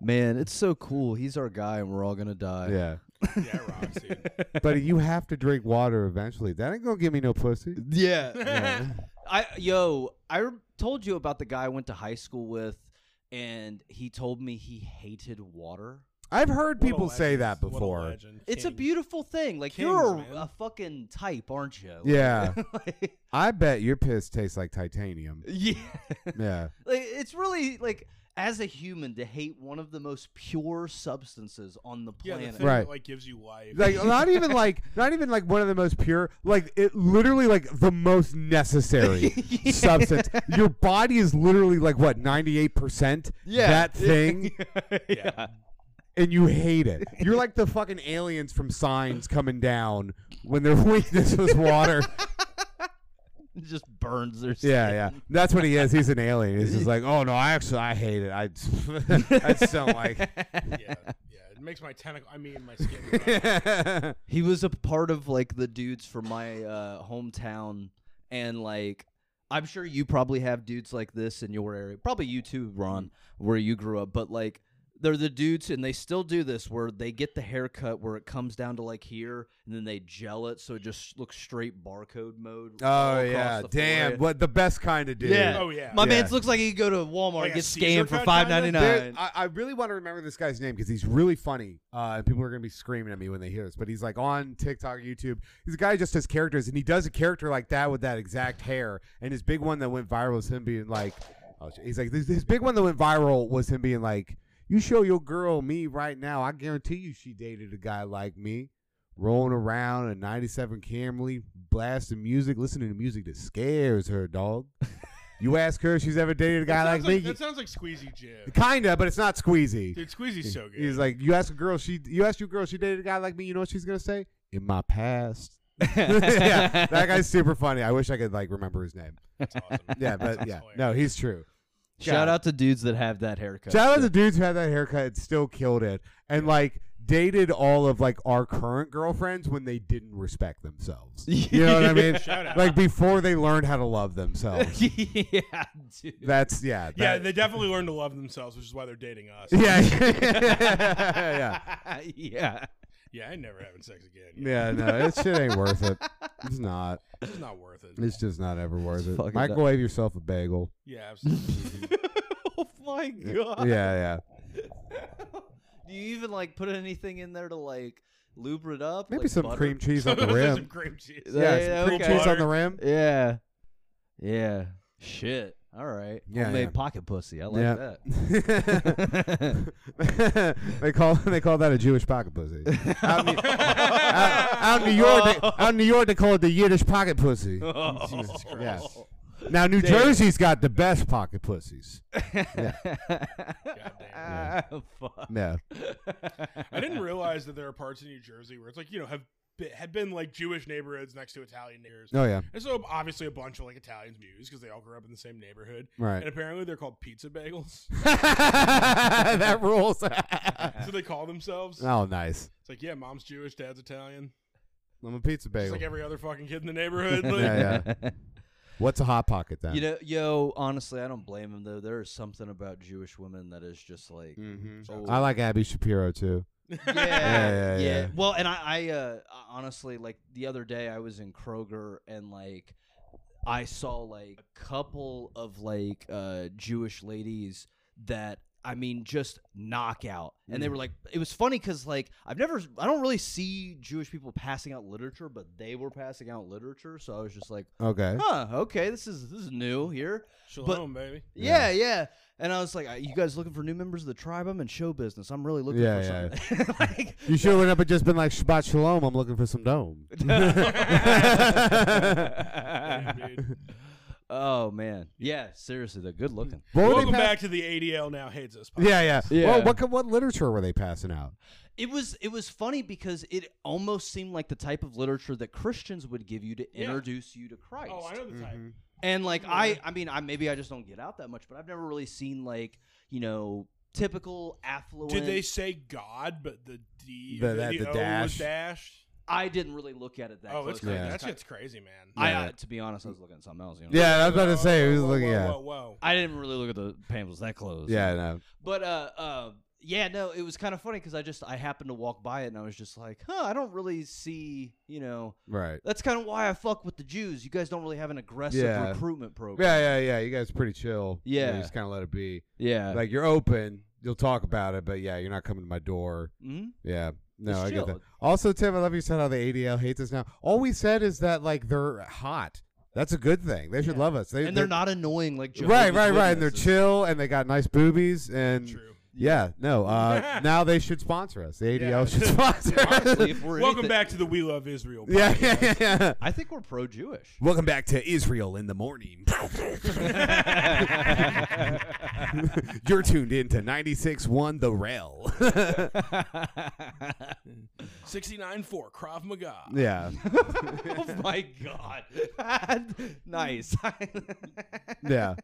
Man, it's so cool. He's our guy, and we're all gonna die.
yeah,
yeah, it rocks, dude.
buddy, you have to drink water eventually. That ain't gonna give me no pussy.
Yeah.
Yeah.
I yo, I re- told you about the guy I went to high school with, and he told me he hated water.
I've heard
What a
people say
legend.
that
What a
before.
legend.
It's a
King.
beautiful thing. Like you're
Kings,
a,
man.
a fucking type, aren't you? Like-
Yeah.
like-
I bet your piss tastes like titanium.
yeah.
Yeah.
Like, it's really like as a human to hate one of the most pure substances on the
Yeah, the
planet.
thing
Right.
that, like gives you life.
like not even like not even like one of the most pure like it literally like the most necessary substance your body is literally like what 98%
Yeah.
that thing
yeah.
and you hate it you're like the fucking aliens from signs coming down when their weakness was water
It just burns their
yeah
skin.
yeah that's what he is he's an alien he's just like oh no i actually i hate it i i just don't like
yeah, yeah. It makes my tentacle. I mean, my skin.
He was a part of like the dudes from my uh, hometown, and like I'm sure you probably have dudes like this in your area. Probably you too,
Mm-hmm.
Ron, where you grew up. But like they're the dudes, and they still do this where they get the haircut where it comes down to like here, and then they gel it so it just looks straight barcode mode. all
oh
across
yeah
the
damn
forehead.
what the best kind of dude
Yeah.
Oh yeah.
My
Yeah.
man's looks like he could go to Walmart
Like
and
a
get
Caesar
scammed for
cut
five
kinda?
ninety
There-
nine.
I, I really want to remember this guy's name because he's really funny. Uh, and people are going to be screaming at me when they hear this, but he's like on TikTok, YouTube. He's a guy who just does characters, and he does a character like that with that exact hair. And his big one that went viral was him being like, oh, shit. he's like, this, his big one that went viral was him being like, you show your girl me right now, I guarantee you she dated a guy like me. Rolling around a 97 Camry, blasting music, listening to music that scares her, dog. You ask her if she's ever dated a guy
That
like,
sounds like-
me.
that sounds like Squeezy Jim.
Kinda, but it's not squeezy.
Dude, Squeezy's so good.
He's like, you ask a girl, she, you ask you a girl, she dated a guy like me. You know what she's gonna say? In my past. yeah, that guy's super funny. I wish I could like remember his name.
That's awesome.
Yeah, but
That's
yeah,
hilarious.
no, he's true.
Shout out to dudes that have that haircut.
Shout out to dudes who had that haircut and still killed it, and like dated all of like our current girlfriends when they didn't respect themselves. You know what I mean?
Shout out.
Like before they learned how to love themselves.
yeah, dude.
That's yeah.
yeah,
that-
they definitely learn to love themselves, which is why they're dating us.
yeah, yeah,
yeah.
Yeah, I ain't never having sex again.
yeah. No, it shit ain't worth it. It's not.
It's just not worth it.
It's just not ever worth
It's
it.
fucking
Microwave yourself a bagel.
Yeah, absolutely.
oh my god.
Yeah,
Do you even like put anything in there to like lube it up?
maybe
Like,
some
butter?
cream cheese on the
Some
rim.
cream cheese.
Yeah,
Yeah,
yeah,
some cream
okay.
cheese on the rim.
Yeah. Yeah. Shit. All right.
Yeah,
Homemade
yeah.
pocket pussy. I like
Yeah.
that.
they call they call that a Jewish pocket pussy. Out in, New- out, out in New York, they, out in New York, they call it the Yiddish pocket pussy. Jesus Christ. Now New
Oh. Damn.
Jersey's got the best pocket pussies.
Oh, Fuck.
Yeah,
I didn't realize that there are parts in New Jersey where it's like you know have been, had been like Jewish neighborhoods next to Italian neighborhoods.
oh yeah,
And so obviously a bunch of like Italians and Jews because they all grew up in the same neighborhood. And
right.
apparently they're called pizza bagels.
that rules.
so they call themselves.
oh, nice.
It's like yeah, mom's Jewish, dad's Italian.
I'm a pizza
Just
bagel.
like every other fucking kid in the neighborhood. Like,
Yeah, What's a hot pocket then?
You know, yo, honestly, I don't blame him though. There is something about Jewish women that is just like, oh,
Mm. I like Abby Shapiro too.
yeah,
Yeah, yeah,
yeah,
yeah.
Well, and I, I uh, honestly, like the other day, I was in Kroger and like I saw like a couple of like uh, Jewish ladies that I mean just knockout, and
Mm.
they were like, it was funny because like I've never, I don't really see Jewish people passing out literature, but they were passing out literature, so I was just like,
Okay.
huh, okay, this is this is new here.
Shalom, baby.
Yeah.
Yeah, yeah. And I was like, "Uh, "You guys looking for new members of the tribe? I'm in show business. I'm really looking
Yeah,
for
yeah.
something." like,
You should have went up and just been like Shabbat Shalom. I'm looking for some dome.
Yeah, dude.
oh man, yeah. Seriously, they're good looking.
What were they
Welcome
pa-
back to the ADL now hates us. podcast.
Yeah, yeah.
Yeah.
Well, what co- what literature were they passing out?
It was it was funny because it almost seemed like the type of literature that Christians would give you to
Yeah.
introduce you to Christ.
Oh, I know
Mm-hmm.
the type.
And like I, I mean, I maybe I just don't get out that much, but I've never really seen like you know typical affluent.
Did they say God, but the D,
The-
the,
that-
the
the
O
dash.
was dashed?
I didn't really look at it that.
Oh, it's
closely.
crazy.
Yeah.
That
It's
shit's crazy, man.
I,
Yeah.
uh, to be honest, I was looking at something else. You know?
Yeah, I was about
Whoa,
to say. Who's
whoa,
looking
whoa,
at?
Whoa, whoa.
I didn't really look at the pamphlets that close.
Yeah, no.
But uh, uh, yeah, no, it was kind of funny because I just I happened to walk by it and I was just like, huh, I don't really see, you know,
Right.
that's kind of why I fuck with the Jews. You guys don't really have an aggressive
Yeah.
recruitment program.
Yeah, yeah, yeah. You guys pretty chill. You know,
Yeah.
You just kind of let it be.
Yeah.
Like you're open. You'll talk about it, but yeah, you're not coming to my door.
Mhm.
Yeah. No,
Just
I get that.
chill.
Also, Tim, I love you said how the ADL hates us now. All we said is that like they're hot. That's a good thing. They should love us. They,
and they're not annoying like Jehovah's
right, right, right. And they're
Witnesses.
chill, and they got nice boobies, and
True.
yeah, no. Uh, now they should sponsor us. The ADL
Yeah.
should sponsor.
Honestly,
us.
if we're
Welcome
anything-
back to the We Love Israel. podcast.
yeah, yeah, yeah, yeah.
I think we're pro Jewish.
Welcome back to Israel in the morning.
Oh
You're tuned in to 96.1 The Rail.
69-4, Krav Maga.
yeah.
oh my god. nice.
Yeah.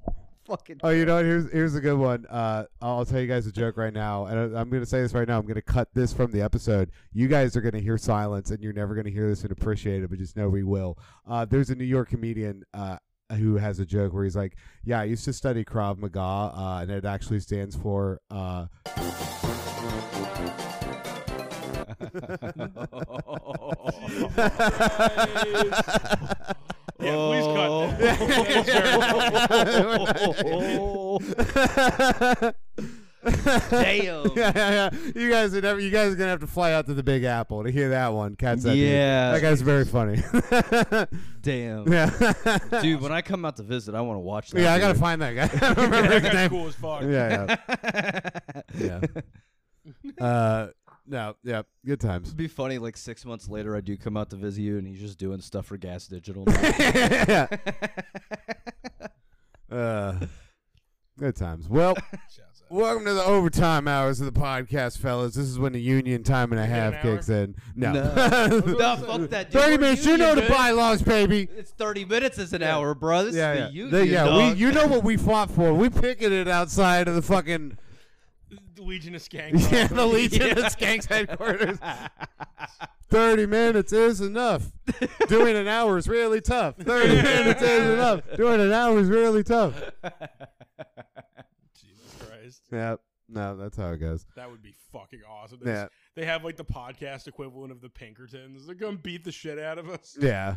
Fucking
Oh, you know what? Here's here's a good one. Uh, I'll tell you guys a joke right now, and I, I'm going to say this right now. I'm going to cut this from the episode. You guys are going to hear silence, and you're never going to hear this and appreciate it, but just know we will. Uh, there's a New York comedian uh, who has a joke where he's like, "Yeah, I used to study Krav Maga, uh, and it actually stands for." Uh,
Yeah, please cut that.
Oh. Damn.
Yeah, yeah, yeah. You guys are never. You guys are gonna have to fly out to the Big Apple to hear that one. Cats. that dude.
Yeah.
that guy's very funny.
Damn.
yeah,
Dude, when I come out to visit, I want to watch that.
yeah. I gotta
dude.
find that guy. I don't remember his
That guy's
name.
cool as fuck.
Yeah, yeah, yeah. Uh, no, yeah. Good times.
It'd be funny, like six months later, I do come out to visit you, and he's just doing stuff for Gas Digital. now.
yeah. Uh, Good times. Well,
Shouts out.
welcome to the overtime hours of the podcast, fellas. This is when the union time and a half
an hour?
kicks in. No.
No. no, fuck that. Dude.
30
We're
minutes. You know
union,
the
dude.
bylaws, baby.
It's thirty minutes is an hour, bro. This is the union.
They- yeah,
dog.
we, you know what we fought for. We picketed outside of the fucking
The Legion of Skanks.
yeah, the Legion of Skanks headquarters. Thirty minutes is enough. Doing an hour is really tough. Thirty minutes is enough. Doing an hour is really tough.
Jesus Christ.
Yep. No, that's how it goes.
That would be fucking awesome. They,
Yeah.
they have like the podcast equivalent of the Pinkertons. They're gonna beat the shit out of us.
Yeah.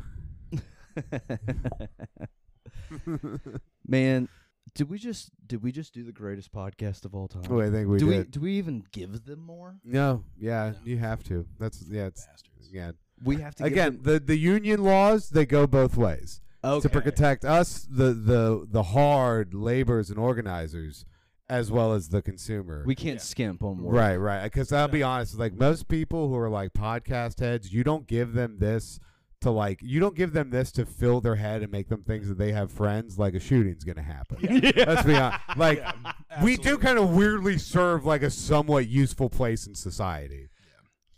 Man, did we just did we just do the greatest podcast of all time?
Oh, I think we
do we
did.
do we even give them more?
no. Yeah, you have to. That's yeah. It's
Bastards.
yeah.
We have to give
Again,
them-
the the union laws they go both ways.
okay.
to protect us, the the the hard laborers and organizers, as well as the consumer.
we can't skimp on work.
right, right. Because I'll be honest, like most people who are like podcast heads, you don't give them this to like you don't give them this to fill their head and make them think that they have friends. Like a shooting's gonna happen. Let's be honest. Like we do
absolutely.
kind of weirdly serve like a somewhat useful place in society.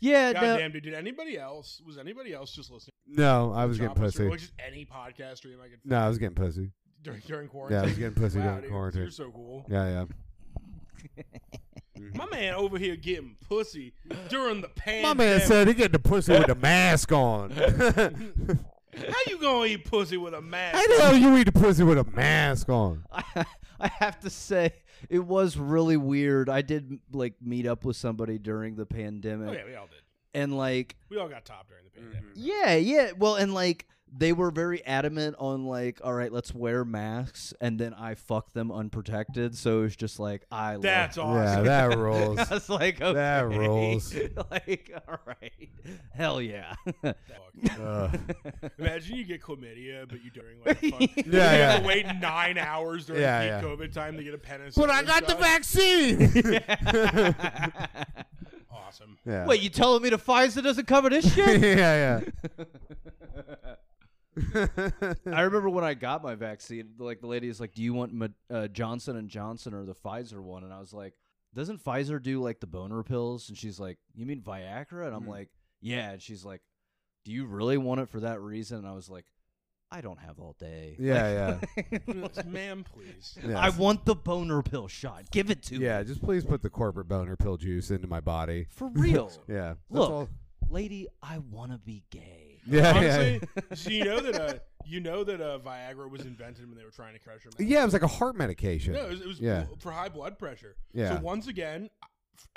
Yeah, no,
Goddamn, dude! Did anybody else? Was anybody else just listening?
No, I was
to
getting
Chopper Stream?
pussy.
Like just any podcast stream I could
No, I was getting pussy.
during, during quarantine.
Yeah, I was getting pussy
Wow,
during
dude,
quarantine.
You're so cool.
Yeah, yeah.
My man over here getting pussy during the pandemic.
My man said he getting the pussy with the mask on. How
"How you gonna eat pussy with a mask?"
the hell you eat the pussy with a mask on?
I, I have to say it was really weird. I did like meet up with somebody during the pandemic
Oh yeah, we all did.
and like
We all got top during the
Mm-hmm.
pandemic.
Yeah, yeah. Well, and like they were very adamant on like, all right, let's wear masks, and then I fucked them unprotected, so it's just like I. love-
That's
Yeah,
awesome.
that rules. Uh,
I was like, okay.
That rules.
like, all right, hell yeah.
Fuck.
Ugh.
Imagine you get chlamydia, but you during like a fuck- you
Yeah,
have
yeah.
to wait nine hours during
Yeah,
peak
yeah.
COVID time to get a penicillin.
but I got the
shot.
vaccine.
Awesome.
yeah.
Wait, you telling me the Pfizer doesn't cover this shit?
yeah, yeah.
I remember when I got my vaccine, like the lady is like, "Do you want Ma- uh, Johnson and Johnson or the Pfizer one?" And I was like, "Doesn't Pfizer do like the boner pills?" And she's like, "You mean Viagra?"
Mm.
And I'm like, "Yeah." And she's like, "Do you really want it for that reason?" And I was like, "I don't have all day.
Yeah,
Ma'am, please.
yeah.
I want the boner pill shot. Give it to me.
yeah, just please put the corporate boner pill juice into my body.
For real,
Yeah. that's
Look.
all-
lady. I want to be gay."
Yeah,
Honestly, so you know that uh, you know that uh, Viagra was invented when they were trying to crush your.
yeah.
mouth.
Yeah, it was like a heart medication.
No, it was, it was
Yeah.
for high blood pressure.
Yeah.
So once again, uh,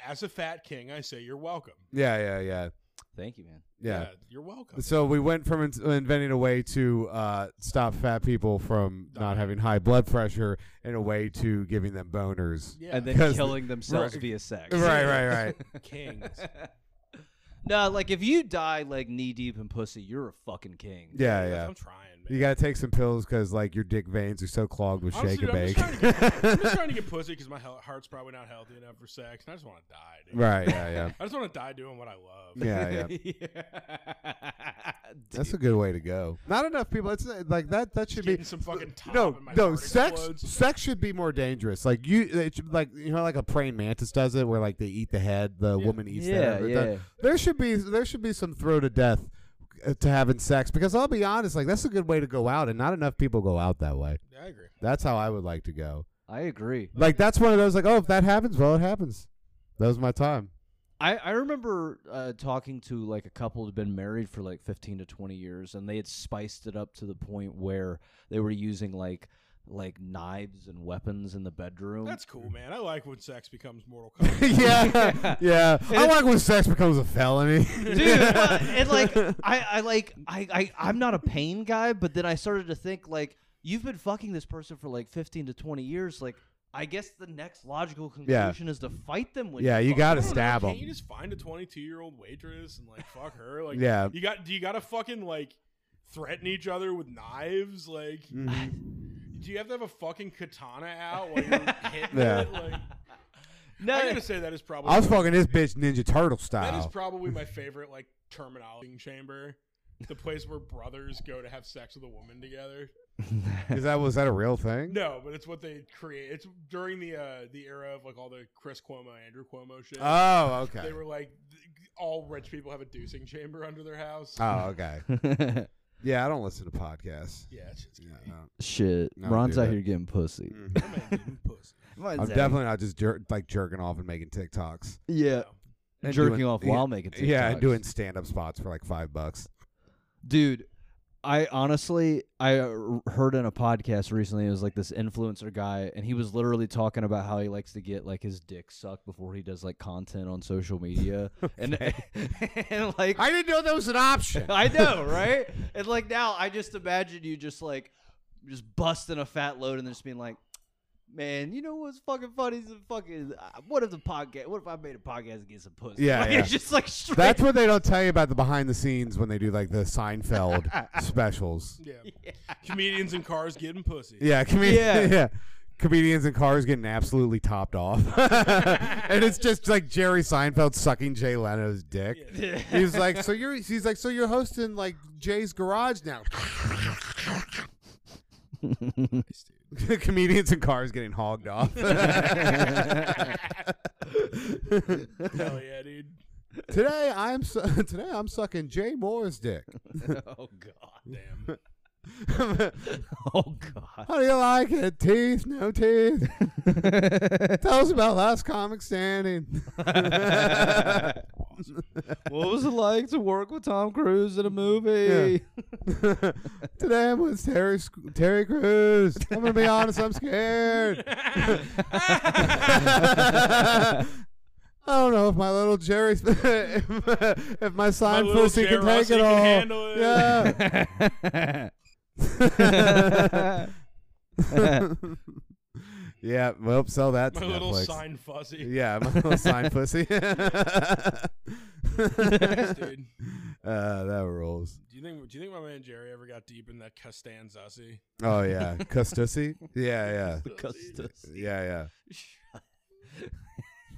as a fat king, I say you're welcome.
yeah, yeah, yeah.
Thank you, man.
Yeah.
you're welcome.
So we went from in- inventing a way to uh, stop fat people from not having high blood pressure in a way to giving them boners.
yeah.
And then
Because-
killing themselves
right.
via sex.
Right, right, right.
kings.
No, like if you die like knee deep in pussy, you're a fucking king.
Yeah, yeah.
I'm trying, man.
You gotta take some pills because like your dick veins are so clogged with
Honestly,
shake and
dude,
bake.
I'm just trying to get- I'm just trying to get pussy because my hel- heart's probably not healthy enough for sex, and I just want to die. Dude.
right, yeah, yeah,
I just want to die doing what I love.
yeah, yeah. That's a good way to go. Not enough people. It's uh, like that. That should
Getting
be
some fucking top
no,
in my
no.
heart
Sex,
explodes.
sex should be more dangerous. Like you, it should, like you know, like a praying mantis does it, where like they eat the head, the woman eats the
Yeah,
head. That-
yeah.
There should be there should be some throw to death uh, to having sex because I'll be honest, like that's a good way to go out, and not enough people go out that way.
Yeah, I agree.
That's how I would like to go.
I agree.
Like that's one of those like, oh, if that happens, well, it happens. That was my time.
I, I remember uh, talking to like a couple who'd been married for like 15 to 20 years and they had spiced it up to the point where they were using like like knives and weapons in the bedroom.
That's cool, man. I like when sex becomes Mortal Kombat.
yeah, yeah. I like when sex becomes a felony.
dude what? and like I, I like I, I i'm not a pain guy but then i started to think like you've been fucking this person for like 15 to 20 years like i guess the next logical
Yeah.
conclusion is to fight them with
yeah, you
I
got to
don't know,
stab
Can't you
him.
just find a 22 year old waitress and like fuck her? Like,
Yeah.
You got? Do you got to fucking like threaten each other with knives? Like,
Mm-hmm.
do you have to have a fucking katana out while you're hitting
Yeah.
it? Like,
no
I'm gonna say that is probably
I was fucking this bitch Ninja Turtle
that is
style.
probably my favorite like terminology chamber, the place where brothers go to have sex with a woman together.
Is that was that a real thing?
No, but it's what they create. It's during the uh, the era of like all the Chris Cuomo, Andrew Cuomo shit.
Oh, okay.
They were like, th- all rich people have a deucing chamber under their house.
Oh, okay. Yeah, I don't listen to podcasts.
yeah, it's just
Yeah,
yeah.
no.
Shit,
No,
Ron's
dude, that-
out
Mm-hmm.
here getting pussy.
pussy.
I'm definitely not just jer- like jerking off and making TikToks.
yeah,
And
jerking
doing-
off
yeah,
while making TikToks.
Yeah, and doing stand up spots for like five bucks.
dude i honestly i uh, r- heard in a podcast recently it was like this influencer guy and he was literally talking about how he likes to get like his dick sucked before he does like content on social media and, and like
I didn't know that was an option.
I know, right? And like now, I just imagine you just like just busting a fat load and just being like, "Man, you know what's fucking funny is the fucking uh, what if the podcast? What if I made a podcast and get some pussy?
Yeah,
Like,
yeah.
it's just like straight.
That's what they don't tell you about the behind the scenes when they do like the Seinfeld specials.
Yeah. Comedians in cars getting pussy.
Yeah, comed-
Yeah.
yeah. Comedians in cars getting absolutely topped off. and it's just like Jerry Seinfeld sucking Jay Leno's dick. He's like, so you're he's like, so you're hosting like Jay's garage now. Comedians in cars getting hogged off.
Hell yeah, dude.
today I'm su- today I'm sucking Jay Moore's dick.
oh god.
Damn.
Oh god.
How do you like it? Teeth, no teeth. Tell us about last comic standing.
What was it like to work with Tom Cruise in a movie?
Today I'm with Terry Sc- Terry Crews. I'm gonna be honest, I'm scared. I don't know if my little Jerry, if, if my sign
little
pussy can take
Jerossi
it
can
all.
handle it.
Yeah. yeah. Well, sell that to
My little
Netflix.
sign fuzzy.
Yeah, my little sign pussy.
Nice,
uh,
dude.
that rules.
Do you think? Do you think my man Jerry ever got deep in that Costanzasi?
Oh yeah, Custussy. Yeah,
Custis.
yeah, yeah,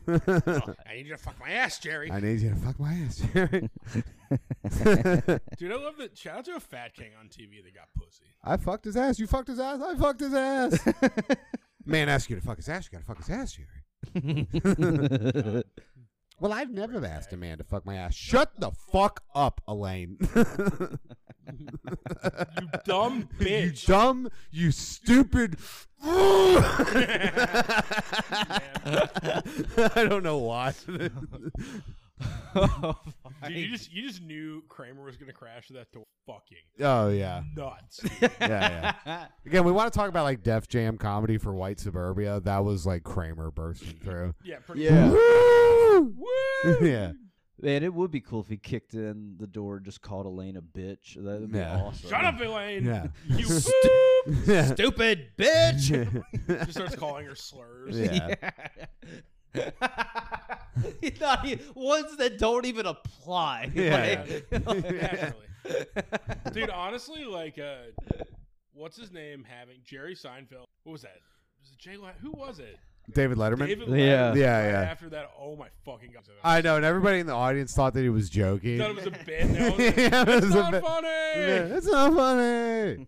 yeah.
Oh, I need you to fuck my ass, Jerry.
I need you to fuck my ass, Jerry.
Dude, I love that. Shout out to a fat king on TV that got pussy.
I fucked his ass. You fucked his ass. I fucked his ass. Man asked you to fuck his ass. You gotta fuck his ass, Jerry. well, I've never asked a man to fuck my ass. Shut the fuck up, Elaine.
You dumb
you
bitch.
dumb. You stupid. I don't know why.
Dude, you just you just knew Kramer was gonna crash that door. Fucking
oh yeah.
nuts.
yeah, yeah. Again, we want to talk about like Def Jam comedy for white suburbia. That was like Kramer bursting through.
Yeah, pretty
yeah.
Woo!
Woo!
yeah.
Man, it would be cool if he kicked in the door and just called Elaine a bitch. That would be
Yeah.
awesome.
Shut up, Elaine.
Yeah.
You whoop.
Yeah.
stupid bitch!
She starts calling her slurs.
Yeah.
He's not e- ones that don't even apply.
Yeah.
Like-
Naturally. Dude, honestly, like, uh, what's his name having Jerry Seinfeld? What was that? Was it Jay? Le- Who was it?
David Letterman.
David.
Yeah.
Letterman.
Yeah,
Right
yeah.
After that, oh my fucking god!
I know, and everybody in the audience thought that he was joking.
thought it was a bit. Now it's
Yeah, it was a
not
bit-
funny.
Yeah, it's not funny.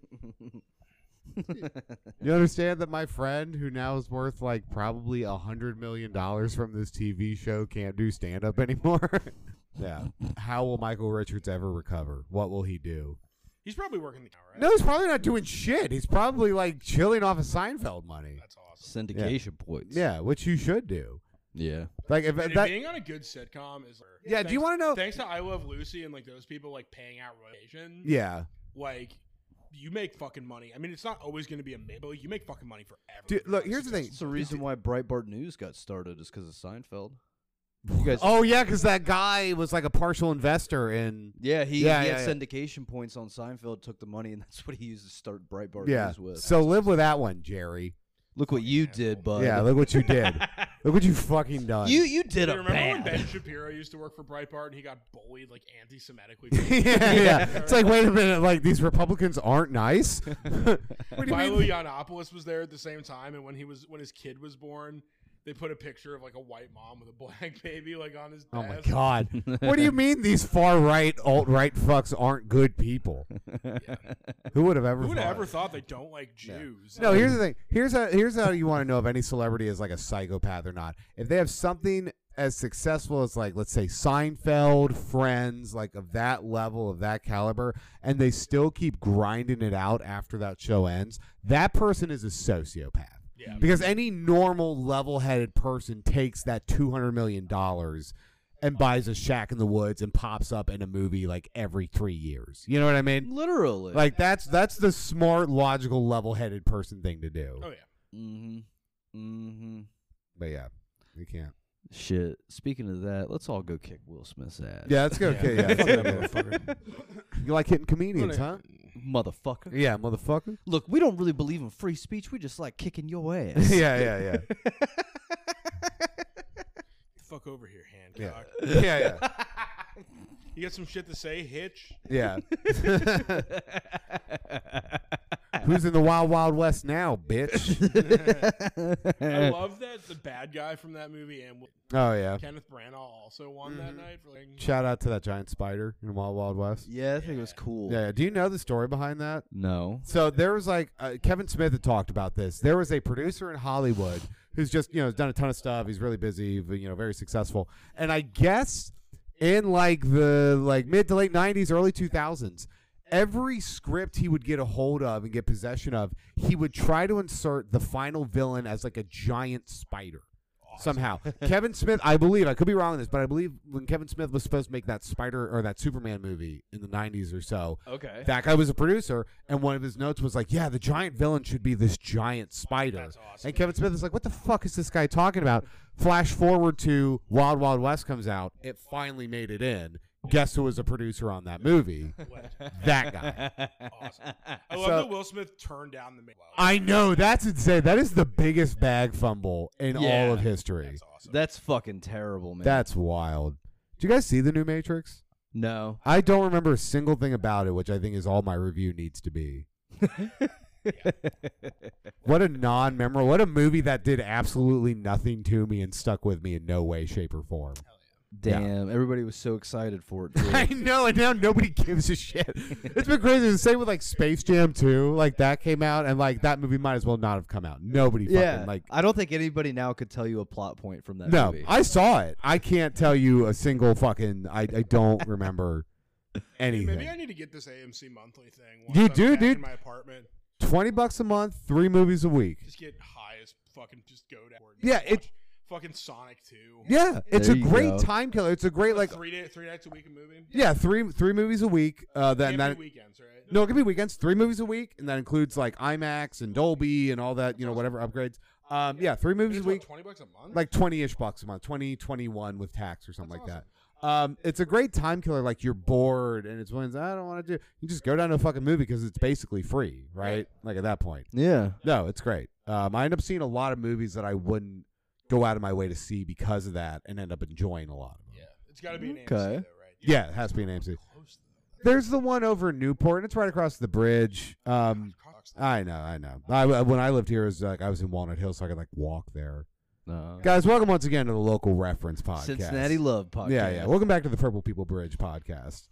you understand that my friend, who now is worth like probably a hundred million dollars from this TV show, can't do stand up anymore. yeah. How will Michael Richards ever recover? What will he do?
He's probably working the hour. Right?
No, he's probably not doing shit. He's probably like chilling off of Seinfeld money.
That's awesome.
Syndication points.
Yeah, which you should do.
Yeah.
Like if
Dude,
that.
being on a good sitcom is.
Yeah. Do you want to know?
Thanks to I Love Lucy and like those people like paying out rotation.
Yeah.
Like. You make fucking money. I mean, it's not always going to be a ma- but you make fucking money forever.
Dude, look. Here's the thing.
That's the reason why Breitbart News got started is because of Seinfeld. You guys,
Oh yeah, because that guy was like a partial investor in.
yeah, he,
Yeah,
he
yeah, yeah.
had syndication points on Seinfeld, took the money, and that's what he used to start Breitbart
Yeah.
News with.
So live with that one, Jerry.
Look what you did, bud.
Yeah, look what you did. look what you fucking done.
you you did
Dude,
a
remember when
bad.
Ben Shapiro used to work for Breitbart and he got bullied like anti-Semitically?
yeah, yeah. It's like, wait a minute. Like these Republicans aren't nice. what do you
Milo
mean?
Yiannopoulos was there at the same time, and when he was when his kid was born, They put a picture of like a white mom with a black baby like on his desk.
Oh my god. What do you mean these far right alt right fucks aren't good people? Who would have ever
Who would have
thought?
ever thought they don't like Jews?
No, here's the thing. Here's how here's how you want to know if any celebrity is like a psychopath or not. If they have something as successful as like let's say Seinfeld, Friends, like of that level of that caliber, and they still keep grinding it out after that show ends, that person is a sociopath.
Yeah.
Because any normal level-headed person takes that two hundred million dollars and buys a shack in the woods and pops up in a movie like every three years. You know what I mean?
Literally.
Like that's that's the smart, logical, level-headed person thing to do.
Oh yeah.
Mm-hmm. Mm-hmm.
But yeah, we can't.
Uh,
Shit. Speaking of that, let's all go kick Will Smith's ass.
Yeah, let's go. Okay, yeah,
Fuck that
let's go. you like hitting comedians, huh?
Motherfucker.
Yeah, motherfucker.
Look, we don't really believe in free speech. We just like kicking your ass.
yeah, yeah, yeah,
The fuck over here,
yeah,
Hancock.
yeah, yeah,
You got some shit to say, Hitch?
yeah. Who's in the wild, wild west now, bitch?
I love that the bad guy from that movie and
Oh yeah.
Kenneth Branagh also won
Mm-hmm.
that night. For like,
Shout out to that giant spider in Wild Wild West.
Yeah, I think it was cool.
Yeah. Do you know the story behind that?
No.
So there was like uh, Kevin Smith had talked about this. There was a producer in Hollywood who's just you know has done a ton of stuff. He's really busy, but, you know, very successful. And I guess in like the like mid to late '90s, early 2000s, every script he would get a hold of and get possession of, he would try to insert the final villain as like a giant spider. Somehow, Kevin Smith. I believe I could be wrong on this, but I believe when Kevin Smith was supposed to make that Spider or that Superman movie in the '90s or so,
Okay.
that guy was a producer, and one of his notes was like, "Yeah, the giant villain should be this giant spider."
awesome.
And Kevin Smith is like, "What the fuck is this guy talking about?" Flash forward to Wild Wild West comes out. It finally made it in. Guess who was a producer on that movie? that guy.
awesome. I love
So-
that Will Smith turned down the main.
I know that's insane. That is the biggest bag fumble in all
Yeah.
of history.
That's awesome.
That's fucking terrible, man.
That's wild. Do you guys see the new Matrix?
no.
I don't remember a single thing about it, which I think is all my review needs to be. what a non memorable, what a movie that did absolutely nothing to me and stuck with me in no way, shape, or form.
Damn, everybody was so excited for it. Too.
I know, and now nobody gives a shit. It's been crazy. The same with like Space Jam 2. Like that came out, and like that movie might as well not have come out. Nobody
yeah,
fucking like.
I don't think anybody now could tell you a plot point from that
No,
movie.
I saw it. I can't tell you a single fucking. I, I don't remember anything.
Maybe I need to get this AMC monthly thing. Once
You
I'm
do,
back
dude.
In my apartment,
20 bucks a month, three movies a week.
just get high as fucking. Just go down.
Yeah, it-
watch fucking Sonic Two.
Yeah, it's
There
a
you
great
go.
time killer. It's a great like
three day, three nights a week a movie.
yeah, three three movies a week. Uh, that,
Can't
and that
be weekends, right?
no, it could be weekends. Three movies a week, and that includes like IMAX and Dolby and all that. You know, whatever upgrades. Um, yeah, three movies a
It's
week,
what, twenty bucks a month.
like twenty ish bucks a month, 20, 21 with tax or something like that. Um, it's a great time killer. Like you're bored, and it's when it's, I don't want to do. You just go down to a fucking movie because it's basically free, right? Like at that point.
yeah.
No, it's great. Um, I end up seeing a lot of movies that I wouldn't go out of my way to see because of that, and end up enjoying a lot of them.
yeah, it's got to be an AMC though,
Okay.
right?
Yeah, it has to be an AMC.
Close though.
There's the one over in Newport, and it's right across the bridge. Um,
Cox-
I know, I know. I, when I lived here, it was like I was in Walnut Hill, so I could like walk there.
No.
Guys, welcome once again to the local reference podcast,
Cincinnati Love Podcast.
Yeah, yeah. Welcome back to the Purple People Bridge podcast.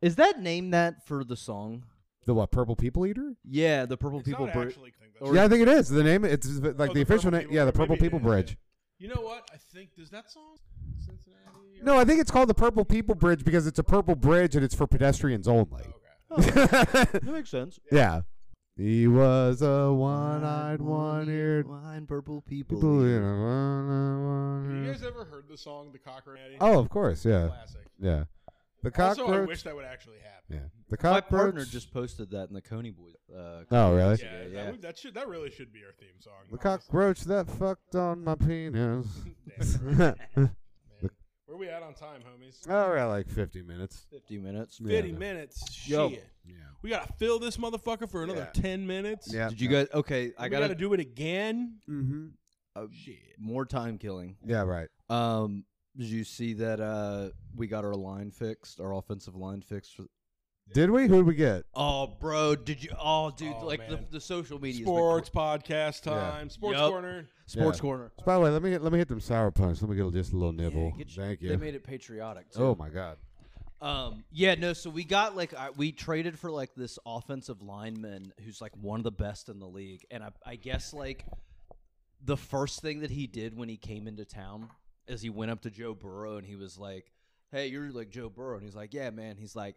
Is that named that for the song?
The what? Purple People Eater?
Yeah, the Purple
It's
People.
not
Bri-
actually. I think that's-
Or-
yeah, I think it is. The name, it's like
Oh,
the
the
official
Purple
name.
People-
Yeah, the Purple
maybe it
People
is,
Bridge.
You know what? I think does that song Cincinnati? or-
No, I think it's called the Purple People Bridge because it's a purple bridge and it's for pedestrians only.
Okay.
Oh.
that makes sense.
yeah. He was a one-eyed, one-eared
wine, purple people.
People, you
eater.
know, wanna-
Have you
wanna-
guys ever heard the song "The Cockroach"?
mm. Oh, of course, yeah,
classic.
yeah. The
Also, I
cockroach.
wish that would actually happen.
yeah, the
My
cockroach.
partner just posted that in the Coney Boys. Uh,
Oh, really?
Yeah,
Yeah,
That,
yeah.
would- that should that really should be our theme song.
The
honestly.
cockroach that fucked on my penis.
Damn,
oh,
man. Where we at on time, homies?
we're at like fifty minutes.
50 minutes.
Yeah.
Fifty minutes. Shit.
Yo.
Yeah.
We gotta fill this motherfucker for another ten minutes.
Yeah.
Did you guys? Okay,
I
I
gotta,
got
do it again.
Mm-hmm.
Shit.
more time killing.
Yeah. Right.
Um, did you see that uh, we got our line fixed, our offensive line fixed for
Did we? Who did we get?
Oh, bro, did you? Oh, dude,
Oh,
like the,
man.
the social media
Sports podcast time. Sports
Yup.
corner.
sports
Yeah.
corner.
By the way, let me let me hit them sour punch. Let me get a- just a little nibble.
get your-
Thank
They
you.
made it patriotic. Too.
oh my god.
Um, yeah, no. So we got like I, we traded for like this offensive lineman who's like one of the best in the league, and I, I guess like the first thing that he did when he came into town is he went up to Joe Burrow and he was like, "Hey, you're like Joe Burrow," and he's like, "Yeah, man." He's like,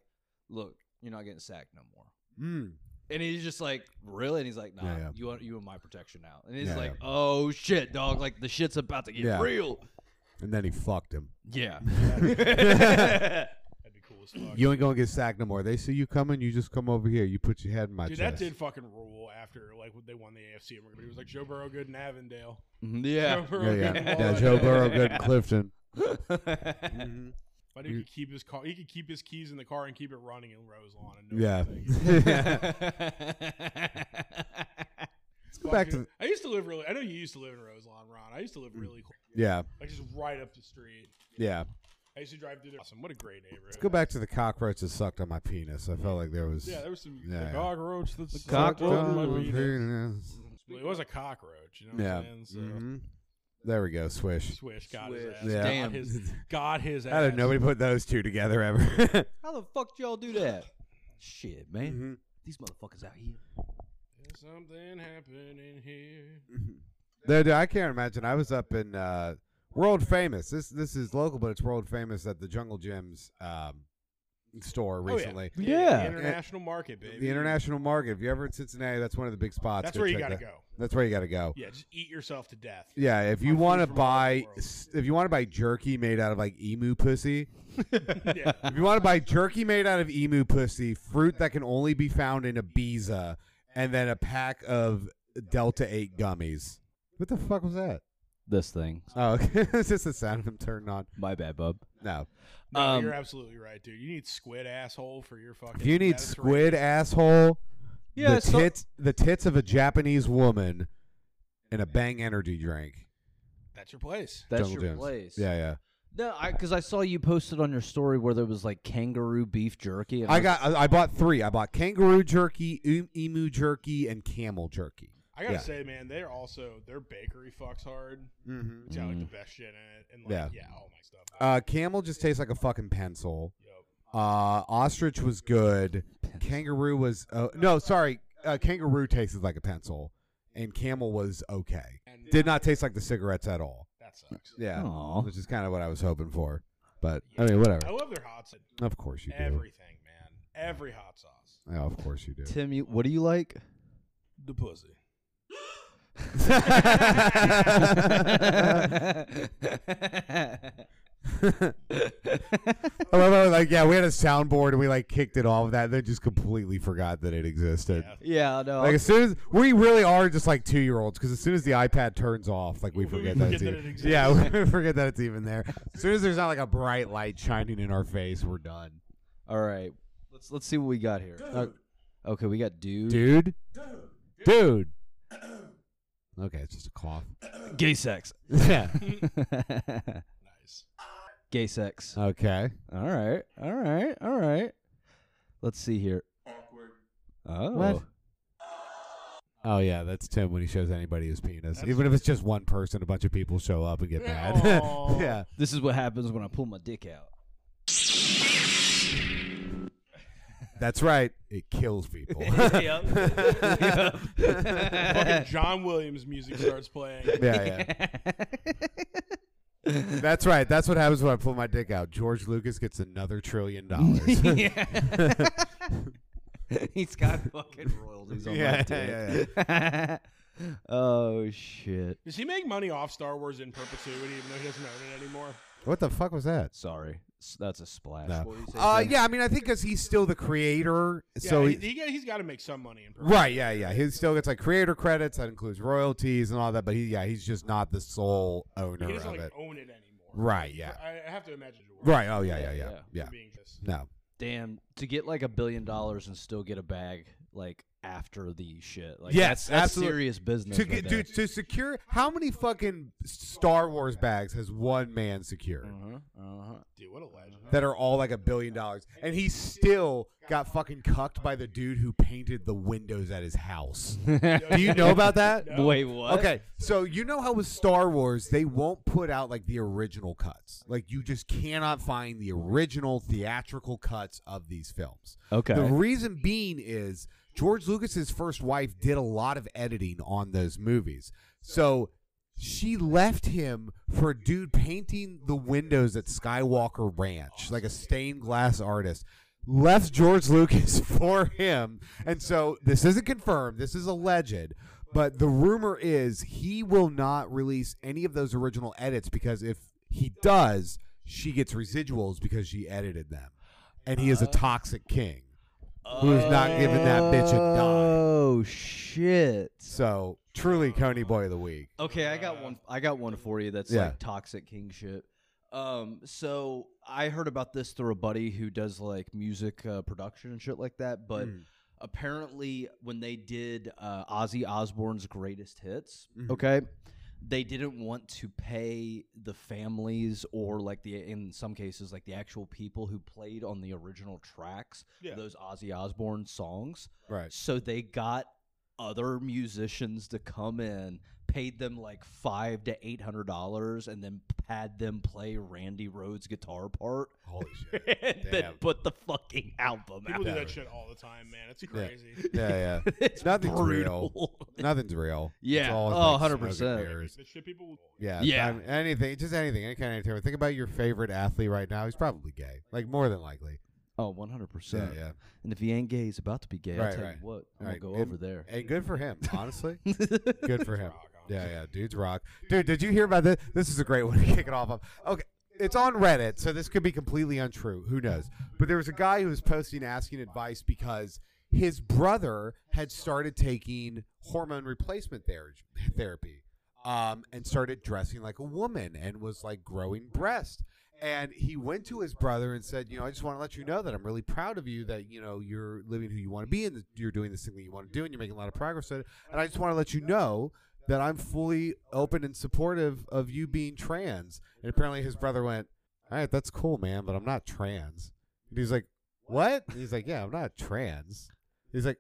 "Look, you're not getting sacked no more."
Mm.
And he's just like, "Really?" And he's like, "Nah,
Yeah, yeah.
you want you in my protection now." And he's
Yeah,
like,
yeah.
"Oh shit, dog! Like the shit's about to get
Yeah.
real."
And then he fucked him.
Yeah.
That'd be cool as fuck.
You ain't gonna get sacked no more. They see you coming, you just come over here. You put your head in my
Dude, that
chest.
did fucking rule after like when they won the AFC. and Everybody was like Joe Burrow good in Avondale.
yeah.
Joe Burrow
yeah,
good in
yeah. yeah
Walnut.
Joe Burrow, good in Clifton.
But he could keep his car. He could keep his keys in the car and keep it running in Roselawn. And no one
Yeah.
would think.
Let's go back
Fucking-
to Mm.
I used to live really. I know you used to live in Roselawn, Ron. I used to live really close,
yeah,
like just right up the street.
yeah.
I used to drive through there. Awesome. What a great neighborhood.
Let's go back to the cockroach that sucked on my penis. I felt like there was
Yeah, there was some
Yeah,
the
yeah.
cockroach. That's the
Sucked on my
It
penis.
was a cockroach. You know what
Yeah.
I'm saying? So
Mhm. There we go. Swish.
Swish got his
Swish.
ass.
Yeah.
Damn.
Got his, got his ass.
How did nobody put those two together ever?
How the fuck y'all do that? Shit, man.
Mm-hmm.
These motherfuckers out here.
There's Something happening here. Oh,
No, dude, I can't imagine. I was up in uh, world famous. This this is local, but it's world famous at the Jungle Gyms um, store
Oh, yeah.
recently.
Yeah.
The international market, baby.
The international market. If you're ever in Cincinnati, that's one of the big spots.
That's
Go
where you
check
gotta
that-
go.
That's where you got to go.
Yeah, just eat yourself to death.
Yeah, if you
Find
want to
food from all over the
buy,
world.
if you want to buy jerky made out of like emu pussy,
Yeah.
if you want to buy jerky made out of emu pussy, fruit that can only be found in Ibiza, and then a pack of Delta Eight gummies. What the fuck was that?
This thing.
Oh, okay. it's just the sound of him turning on.
My bad, bub.
No,
No,
Um,
you're absolutely right, dude. You need squid asshole for your fucking.
if you need
Mediterranean-
squid asshole,
Yeah,
the
so-
tits, the tits of a Japanese woman, and a Bang Energy drink.
that's your place.
That's
Jungle
your
Gyms.
place.
Yeah, yeah.
No, I because I saw you posted on your story where there was like kangaroo beef jerky. And
I got. I, I bought three. I bought kangaroo jerky, em- emu jerky, and camel jerky.
I gotta
Yeah.
say, man, they're also their bakery fucks hard.
Mm-hmm.
It's got like the best shit in it, and like
Yeah.
yeah, all my stuff.
Uh, camel just tastes like a fucking pencil.
Yup.
Uh, ostrich was good. Kangaroo was. Uh, no, sorry. Uh, kangaroo tasted like a pencil, and camel was okay.
And
Did not taste like the cigarettes at all.
that sucks.
Yeah,
Aw.
which is kind of what I was hoping for. But I mean, whatever.
I love their hot sauce.
Of course you do.
Everything, man. Every hot sauce.
Yeah, of course you do.
Tim, you, what do you like?
The pussy.
Oh, I love how, oh, like, yeah, we had a soundboard and we like kicked it off of that. They just completely forgot that it existed.
Yeah.
yeah, no.
Like as soon as we really are just like two year olds because as soon as the iPad turns off, like we
We
forget,
forget
that, it's
that
even,
it exists.
yeah, we forget that it's even there. As soon as there's not like a bright light shining in our face, we're done,
All right, let's let's see what we got here.
Uh,
Okay, we got dude.
dude. Dude. Okay, it's just a cough.
Gay sex.
Yeah.
Nice.
Gay sex.
Okay.
All right. All right. All right. Let's see here. Oh.
What? Oh yeah, that's Tim when he shows anybody his penis. Even if it's just one person, a bunch of people show up and get mad.
Aw.
yeah.
This is what happens when I pull my dick out.
That's right. It kills people.
Fucking John Williams music starts playing.
Yeah, yeah. That's right. That's what happens when I pull my dick out. George Lucas gets another trillion dollars. yeah,
He's got fucking royalties on
Yeah,
that dick. oh shit.
Does he make money off Star Wars in perpetuity, even though he doesn't own it anymore?
What the fuck was that?
Sorry. S- That's a splash.
No.
What were you saying,
Uh,
Tim?
yeah, I mean, I think because he's still the creator,
Yeah,
so
he,
he,
he, has got to make some money in perpetuity.
right, yeah, yeah, he still gets like creator credits that includes royalties and all that, but he, yeah, he's just not the sole owner
He
of
doesn't like
it.
own it anymore.
Right, yeah,
I I have to imagine. it would work
right. Oh yeah, yeah, yeah,
Yeah.
yeah.
for Being just
No,
Damn, to get like a billion dollars and still get a bag like after the shit. Like
Yes,
that's, that's
absolute-
serious business.
To
right
get
there.
dude to secure how many fucking Star Wars bags has one man secured
Mm.
Uh-huh, uh-huh.
Dude, what a legend.
that are all like a billion dollars, and he still got fucking cucked by the dude who painted the windows at his house.
uh-huh.
Do you know about that?
Wait, what?
Okay, so you know how with Star Wars they won't put out like the original cuts. Like you just cannot find the original theatrical cuts of these films.
Okay.
The reason being is George Lucas's first wife did a lot of editing on those movies. So she left him for dude painting the windows at Skywalker Ranch, like a stained glass artist. Left George Lucas for him. And so this isn't confirmed, this is alleged. But the rumor is he will not release any of those original edits because if he does, she gets residuals because she edited them. And he is a toxic king who's not giving that bitch a dime.
Oh shit.
So truly Coney Boy of the Week.
Okay, I got one. I got one for you. That's
Yeah.
like toxic king shit. Um, so I heard about this through a buddy who does like music uh, production and shit like that. But apparently, when they did uh, Ozzy Osbourne's greatest hits, okay, they didn't want to pay the families or like the in some cases like the actual people who played on the original tracks
Yeah.
of those Ozzy Osbourne songs.
Right.
So they got other musicians to come in, paid them like five to eight hundred dollars, and then had them play Randy Rhodes' guitar part,
Holy shit.
and then
Damn.
put the fucking album
People do
out.
that shit all the time, man. It's crazy.
Yeah, yeah.
It's
Nothing's real.
brutal.
Nothing's real.
Yeah.
It's all
Oh,
like smoke and
100%.
mirrors.
The shit people.
Yeah.
Yeah.
I'm- anything. Just anything. Any kind of entertainment. Think about your favorite athlete right now. He's probably gay. Like more than likely.
Oh, one hundred
Yeah.
percent.
Yeah.
And if he ain't gay, he's about to be gay. I'll
Right,
tell
right.
you what, I'm
Right.
gonna go
And-
over there.
And good for him, honestly. good for him. Yeah, yeah. Dudes rock. Dude, did you hear about this? This is a great one to kick it off of. Okay. It's on Reddit, so this could be completely untrue. Who knows? But there was a guy who was posting asking advice because his brother had started taking hormone replacement ther- therapy um, and started dressing like a woman and was like growing breasts. And he went to his brother and said, You know, I just want to let you know that I'm really proud of you that, you know, you're living who you want to be and that you're doing this thing that you want to do and you're making a lot of progress. at it. And I just want to let you know that I'm fully open and supportive of you being trans. And apparently his brother went, All right, that's cool, man, but I'm not trans. And he's like, What? And he's like, Yeah, I'm not trans. He's like,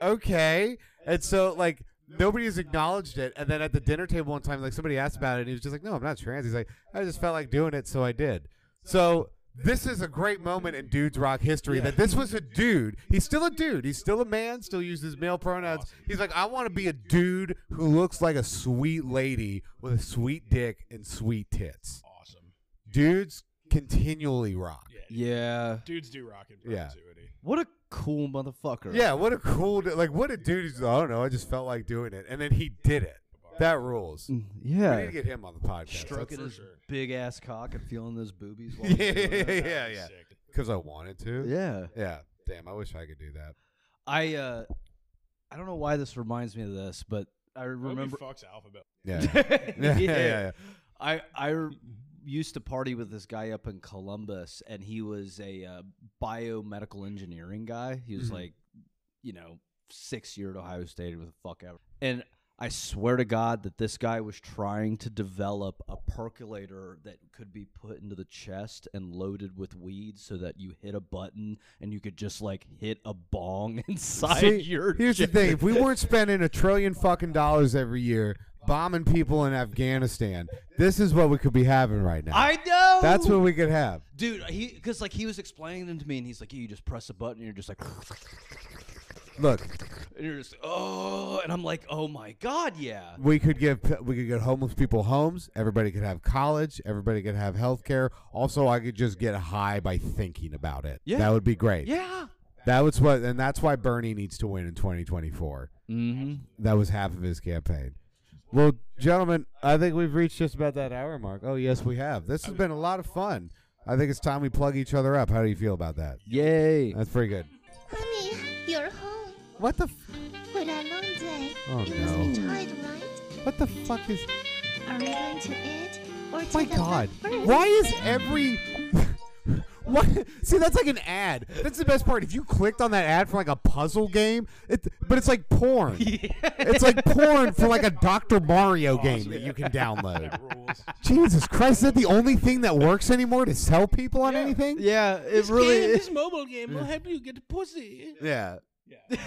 okay. And so like nobody has acknowledged it. And then at the dinner table one time, like somebody asked about it, and he was just like, "No, I'm not trans." He's like, "I just felt like doing it, so I did." So this is a great moment in dudes rock history that this was a dude. He's still a dude. He's still a man. Still uses male pronouns. He's like, "I want to be a dude who looks like a sweet lady with a sweet dick and sweet tits."
Awesome.
Dudes continually rock.
Yeah. dude.
yeah.
Dudes do rock in
Yeah.
perpetuity.
What a cool motherfucker.
Yeah, what a cool du- like what a dude who's I don't know, I just felt like doing it. And then he did it. That rules.
Mm,
We need
Yeah.
to get him on the podcast.
Stroking
for
his
sure.
big ass cock and feeling those boobies. While
yeah,
he's doing
yeah,
it.
yeah,
That'd be
yeah.
sick.
Because I wanted to.
Yeah.
Yeah. Damn, I wish I could do that.
I uh, I don't know why this reminds me of this, but I
Moby
remember.
fucks alphabet.
Yeah. yeah, yeah, yeah.
I I re- used to party with this guy up in Columbus, and he was a uh, biomedical engineering guy. He was
Mhm.
like, you know, six year at Ohio State with a fuck ever. And I swear to God that this guy was trying to develop a percolator that could be put into the chest and loaded with weed, so that you hit a button and you could just like hit a bong inside
See,
your.
Here's the
chest.
thing: if we weren't spending a trillion fucking dollars every year bombing people in Afghanistan, this is what we could be having right now.
I know.
That's what we could have.
dude he because like he was explaining them to me and he's like you just press a button and you're just like
Look,
and you're just oh and i'm like oh my god yeah
we could give we could get homeless people homes. Everybody could have college. Everybody could have health care. Also, I could just get high by thinking about it.
Yeah.
that would be great.
yeah
That was what, and that's why Bernie needs to win in 2024.
mm-hmm.
That was half of his campaign. Well, gentlemen, I think we've reached just about that hour mark. Oh, yes, we have. This has been a lot of fun. I think it's time we plug each other up. How do you feel about that?
yay
That's pretty good.
Honey, you're home.
What the f-
What a long day.
Oh,
you
no.
must be tired, right?
what the fuck is?
Are we going to eat or take
My
a
God,
bath first?
why is every what? See, that's like an ad. That's the best part. If you clicked on that ad for like a puzzle game, it But it's like porn. It's like porn for like a Dr. Mario game that you can download.
rules.
Jesus Christ, is that the only thing that works anymore to sell people on
Yeah.
anything?
yeah, it really is.
mobile game will help you get pussy.
Yeah.
Yeah.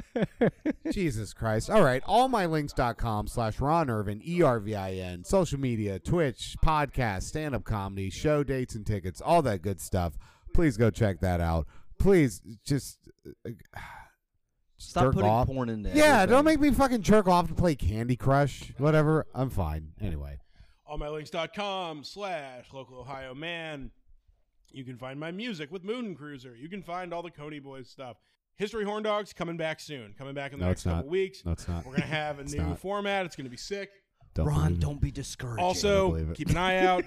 Jesus Christ. All right. Allmylinks.com slash Ron Irvin, E R V I N, social media, Twitch, podcast, stand up comedy, show dates and tickets, all that good stuff. Please go check that out. Please just. uh,
Stop
jerk
putting
off.
porn in there.
Yeah, don't make me fucking jerk off to play Candy Crush. Whatever. I'm fine. Anyway.
allmylinks.com slash local ohio man you can find my music with moon cruiser you can find all the coney boys stuff history horn dogs coming back soon coming back in the
No,
next
it's not.
couple weeks
No, it's not.
we're gonna have a
It's
new
not.
format it's gonna be sick
Don't
Ron,
believe it.
don't be discouraged.
believe
also
it.
keep an eye out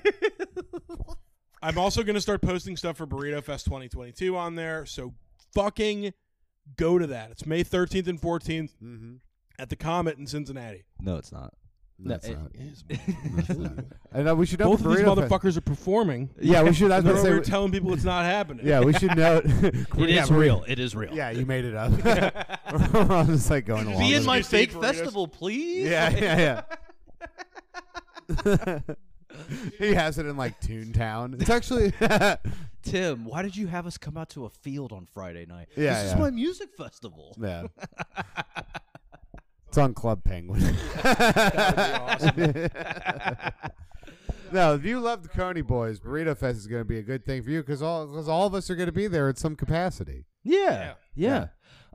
i'm also gonna start posting stuff for burrito fest 2022 on there so fucking go to that it's may 13th and 14th
Mhm.
at the comet in cincinnati
no, it's not.
No,
No,
it's
it-
not.
is,
No, it's not. And uh, we should know
both of these
Burrito Fest-
motherfuckers are performing
Yeah, we should. I was
and
gonna
they're over
say.
here telling people it's not happening
yeah, we should note.
It
yeah,
is
we're-
real. It is real.
Yeah, you made it up. Ron is like going along.
Be
with
in
it.
my
Just
fake
eat burritos.
festival, please.
Yeah,
Like-
yeah, yeah. he has it in like Toontown. It's actually yeah,
Tim, why did you have us come out to a field on Friday night?
Yeah,
this
yeah.
is my music festival.
yeah. It's on Club Penguin. no, if you love the Coney Boys, Burrito Fest is going to be a good thing for you because all because all of us are going to be there in some capacity.
Yeah. Yeah.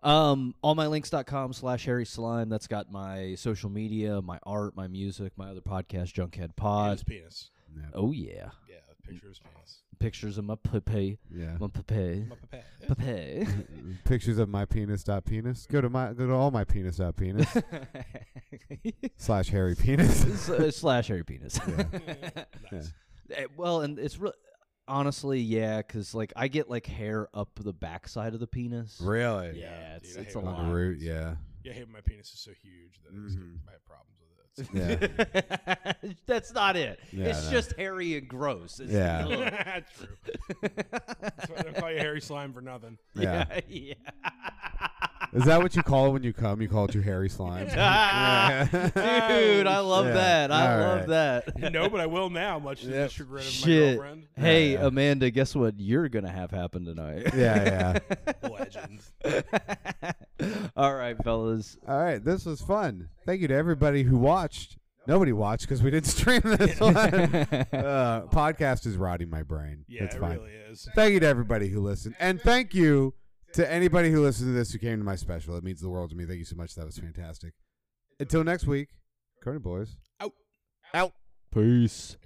Um, allmylinks.com slash Harry Slime. That's got my social media, my art, my music, my other podcast, Junkhead
And
Pod.
his penis
Oh, yeah.
Yeah, a picture of his penis.
Pictures of my pepe.
Yeah.
My pepe.
My papa.
Pepe.
Pictures of my penis dot penis. Go to my go to all my penis dot penis slash hairy penis.
S- slash Harry Penis.
Mm, Nice.
Eh, Well, and it's really, honestly, yeah, because, like, I get, like, hair up the backside of the penis.
Really?
Yeah, it's-
dude, I
it's
hate
a
when
On the
my-
lot.
root, yeah.
Yeah, I hate when my penis is so huge that I just
Mhm.
get, I have problems with it.
Yeah.
That's not it.
Yeah,
it's
no.
just hairy and gross. It's-
Yeah.
That's true. That's why they don't call you hairy slime for nothing.
Yeah.
yeah. yeah.
Is that what you call it when you come? You call it your hairy slime.
Ah, Dude, I love
Yeah.
that. I
All
love
right.
that.
No, but I will now, much to the
Yep.
chagrin of my
Shit.
girlfriend.
Hey,
Yeah.
Amanda, guess what you're going to have happen tonight?
Yeah,
Legends.
All right, fellas.
All right, this was fun. Thank you to everybody who watched. Nobody watched because we didn't stream this one. uh, podcast is rotting my brain.
Yeah,
it's
it
fine.
really is.
Thank you to everybody who listened, and thank you to anybody who listened to this who came to my special. It means the world to me. Thank you so much. That was fantastic. Until next week, Coney Boys.
Out.
Out.
Peace.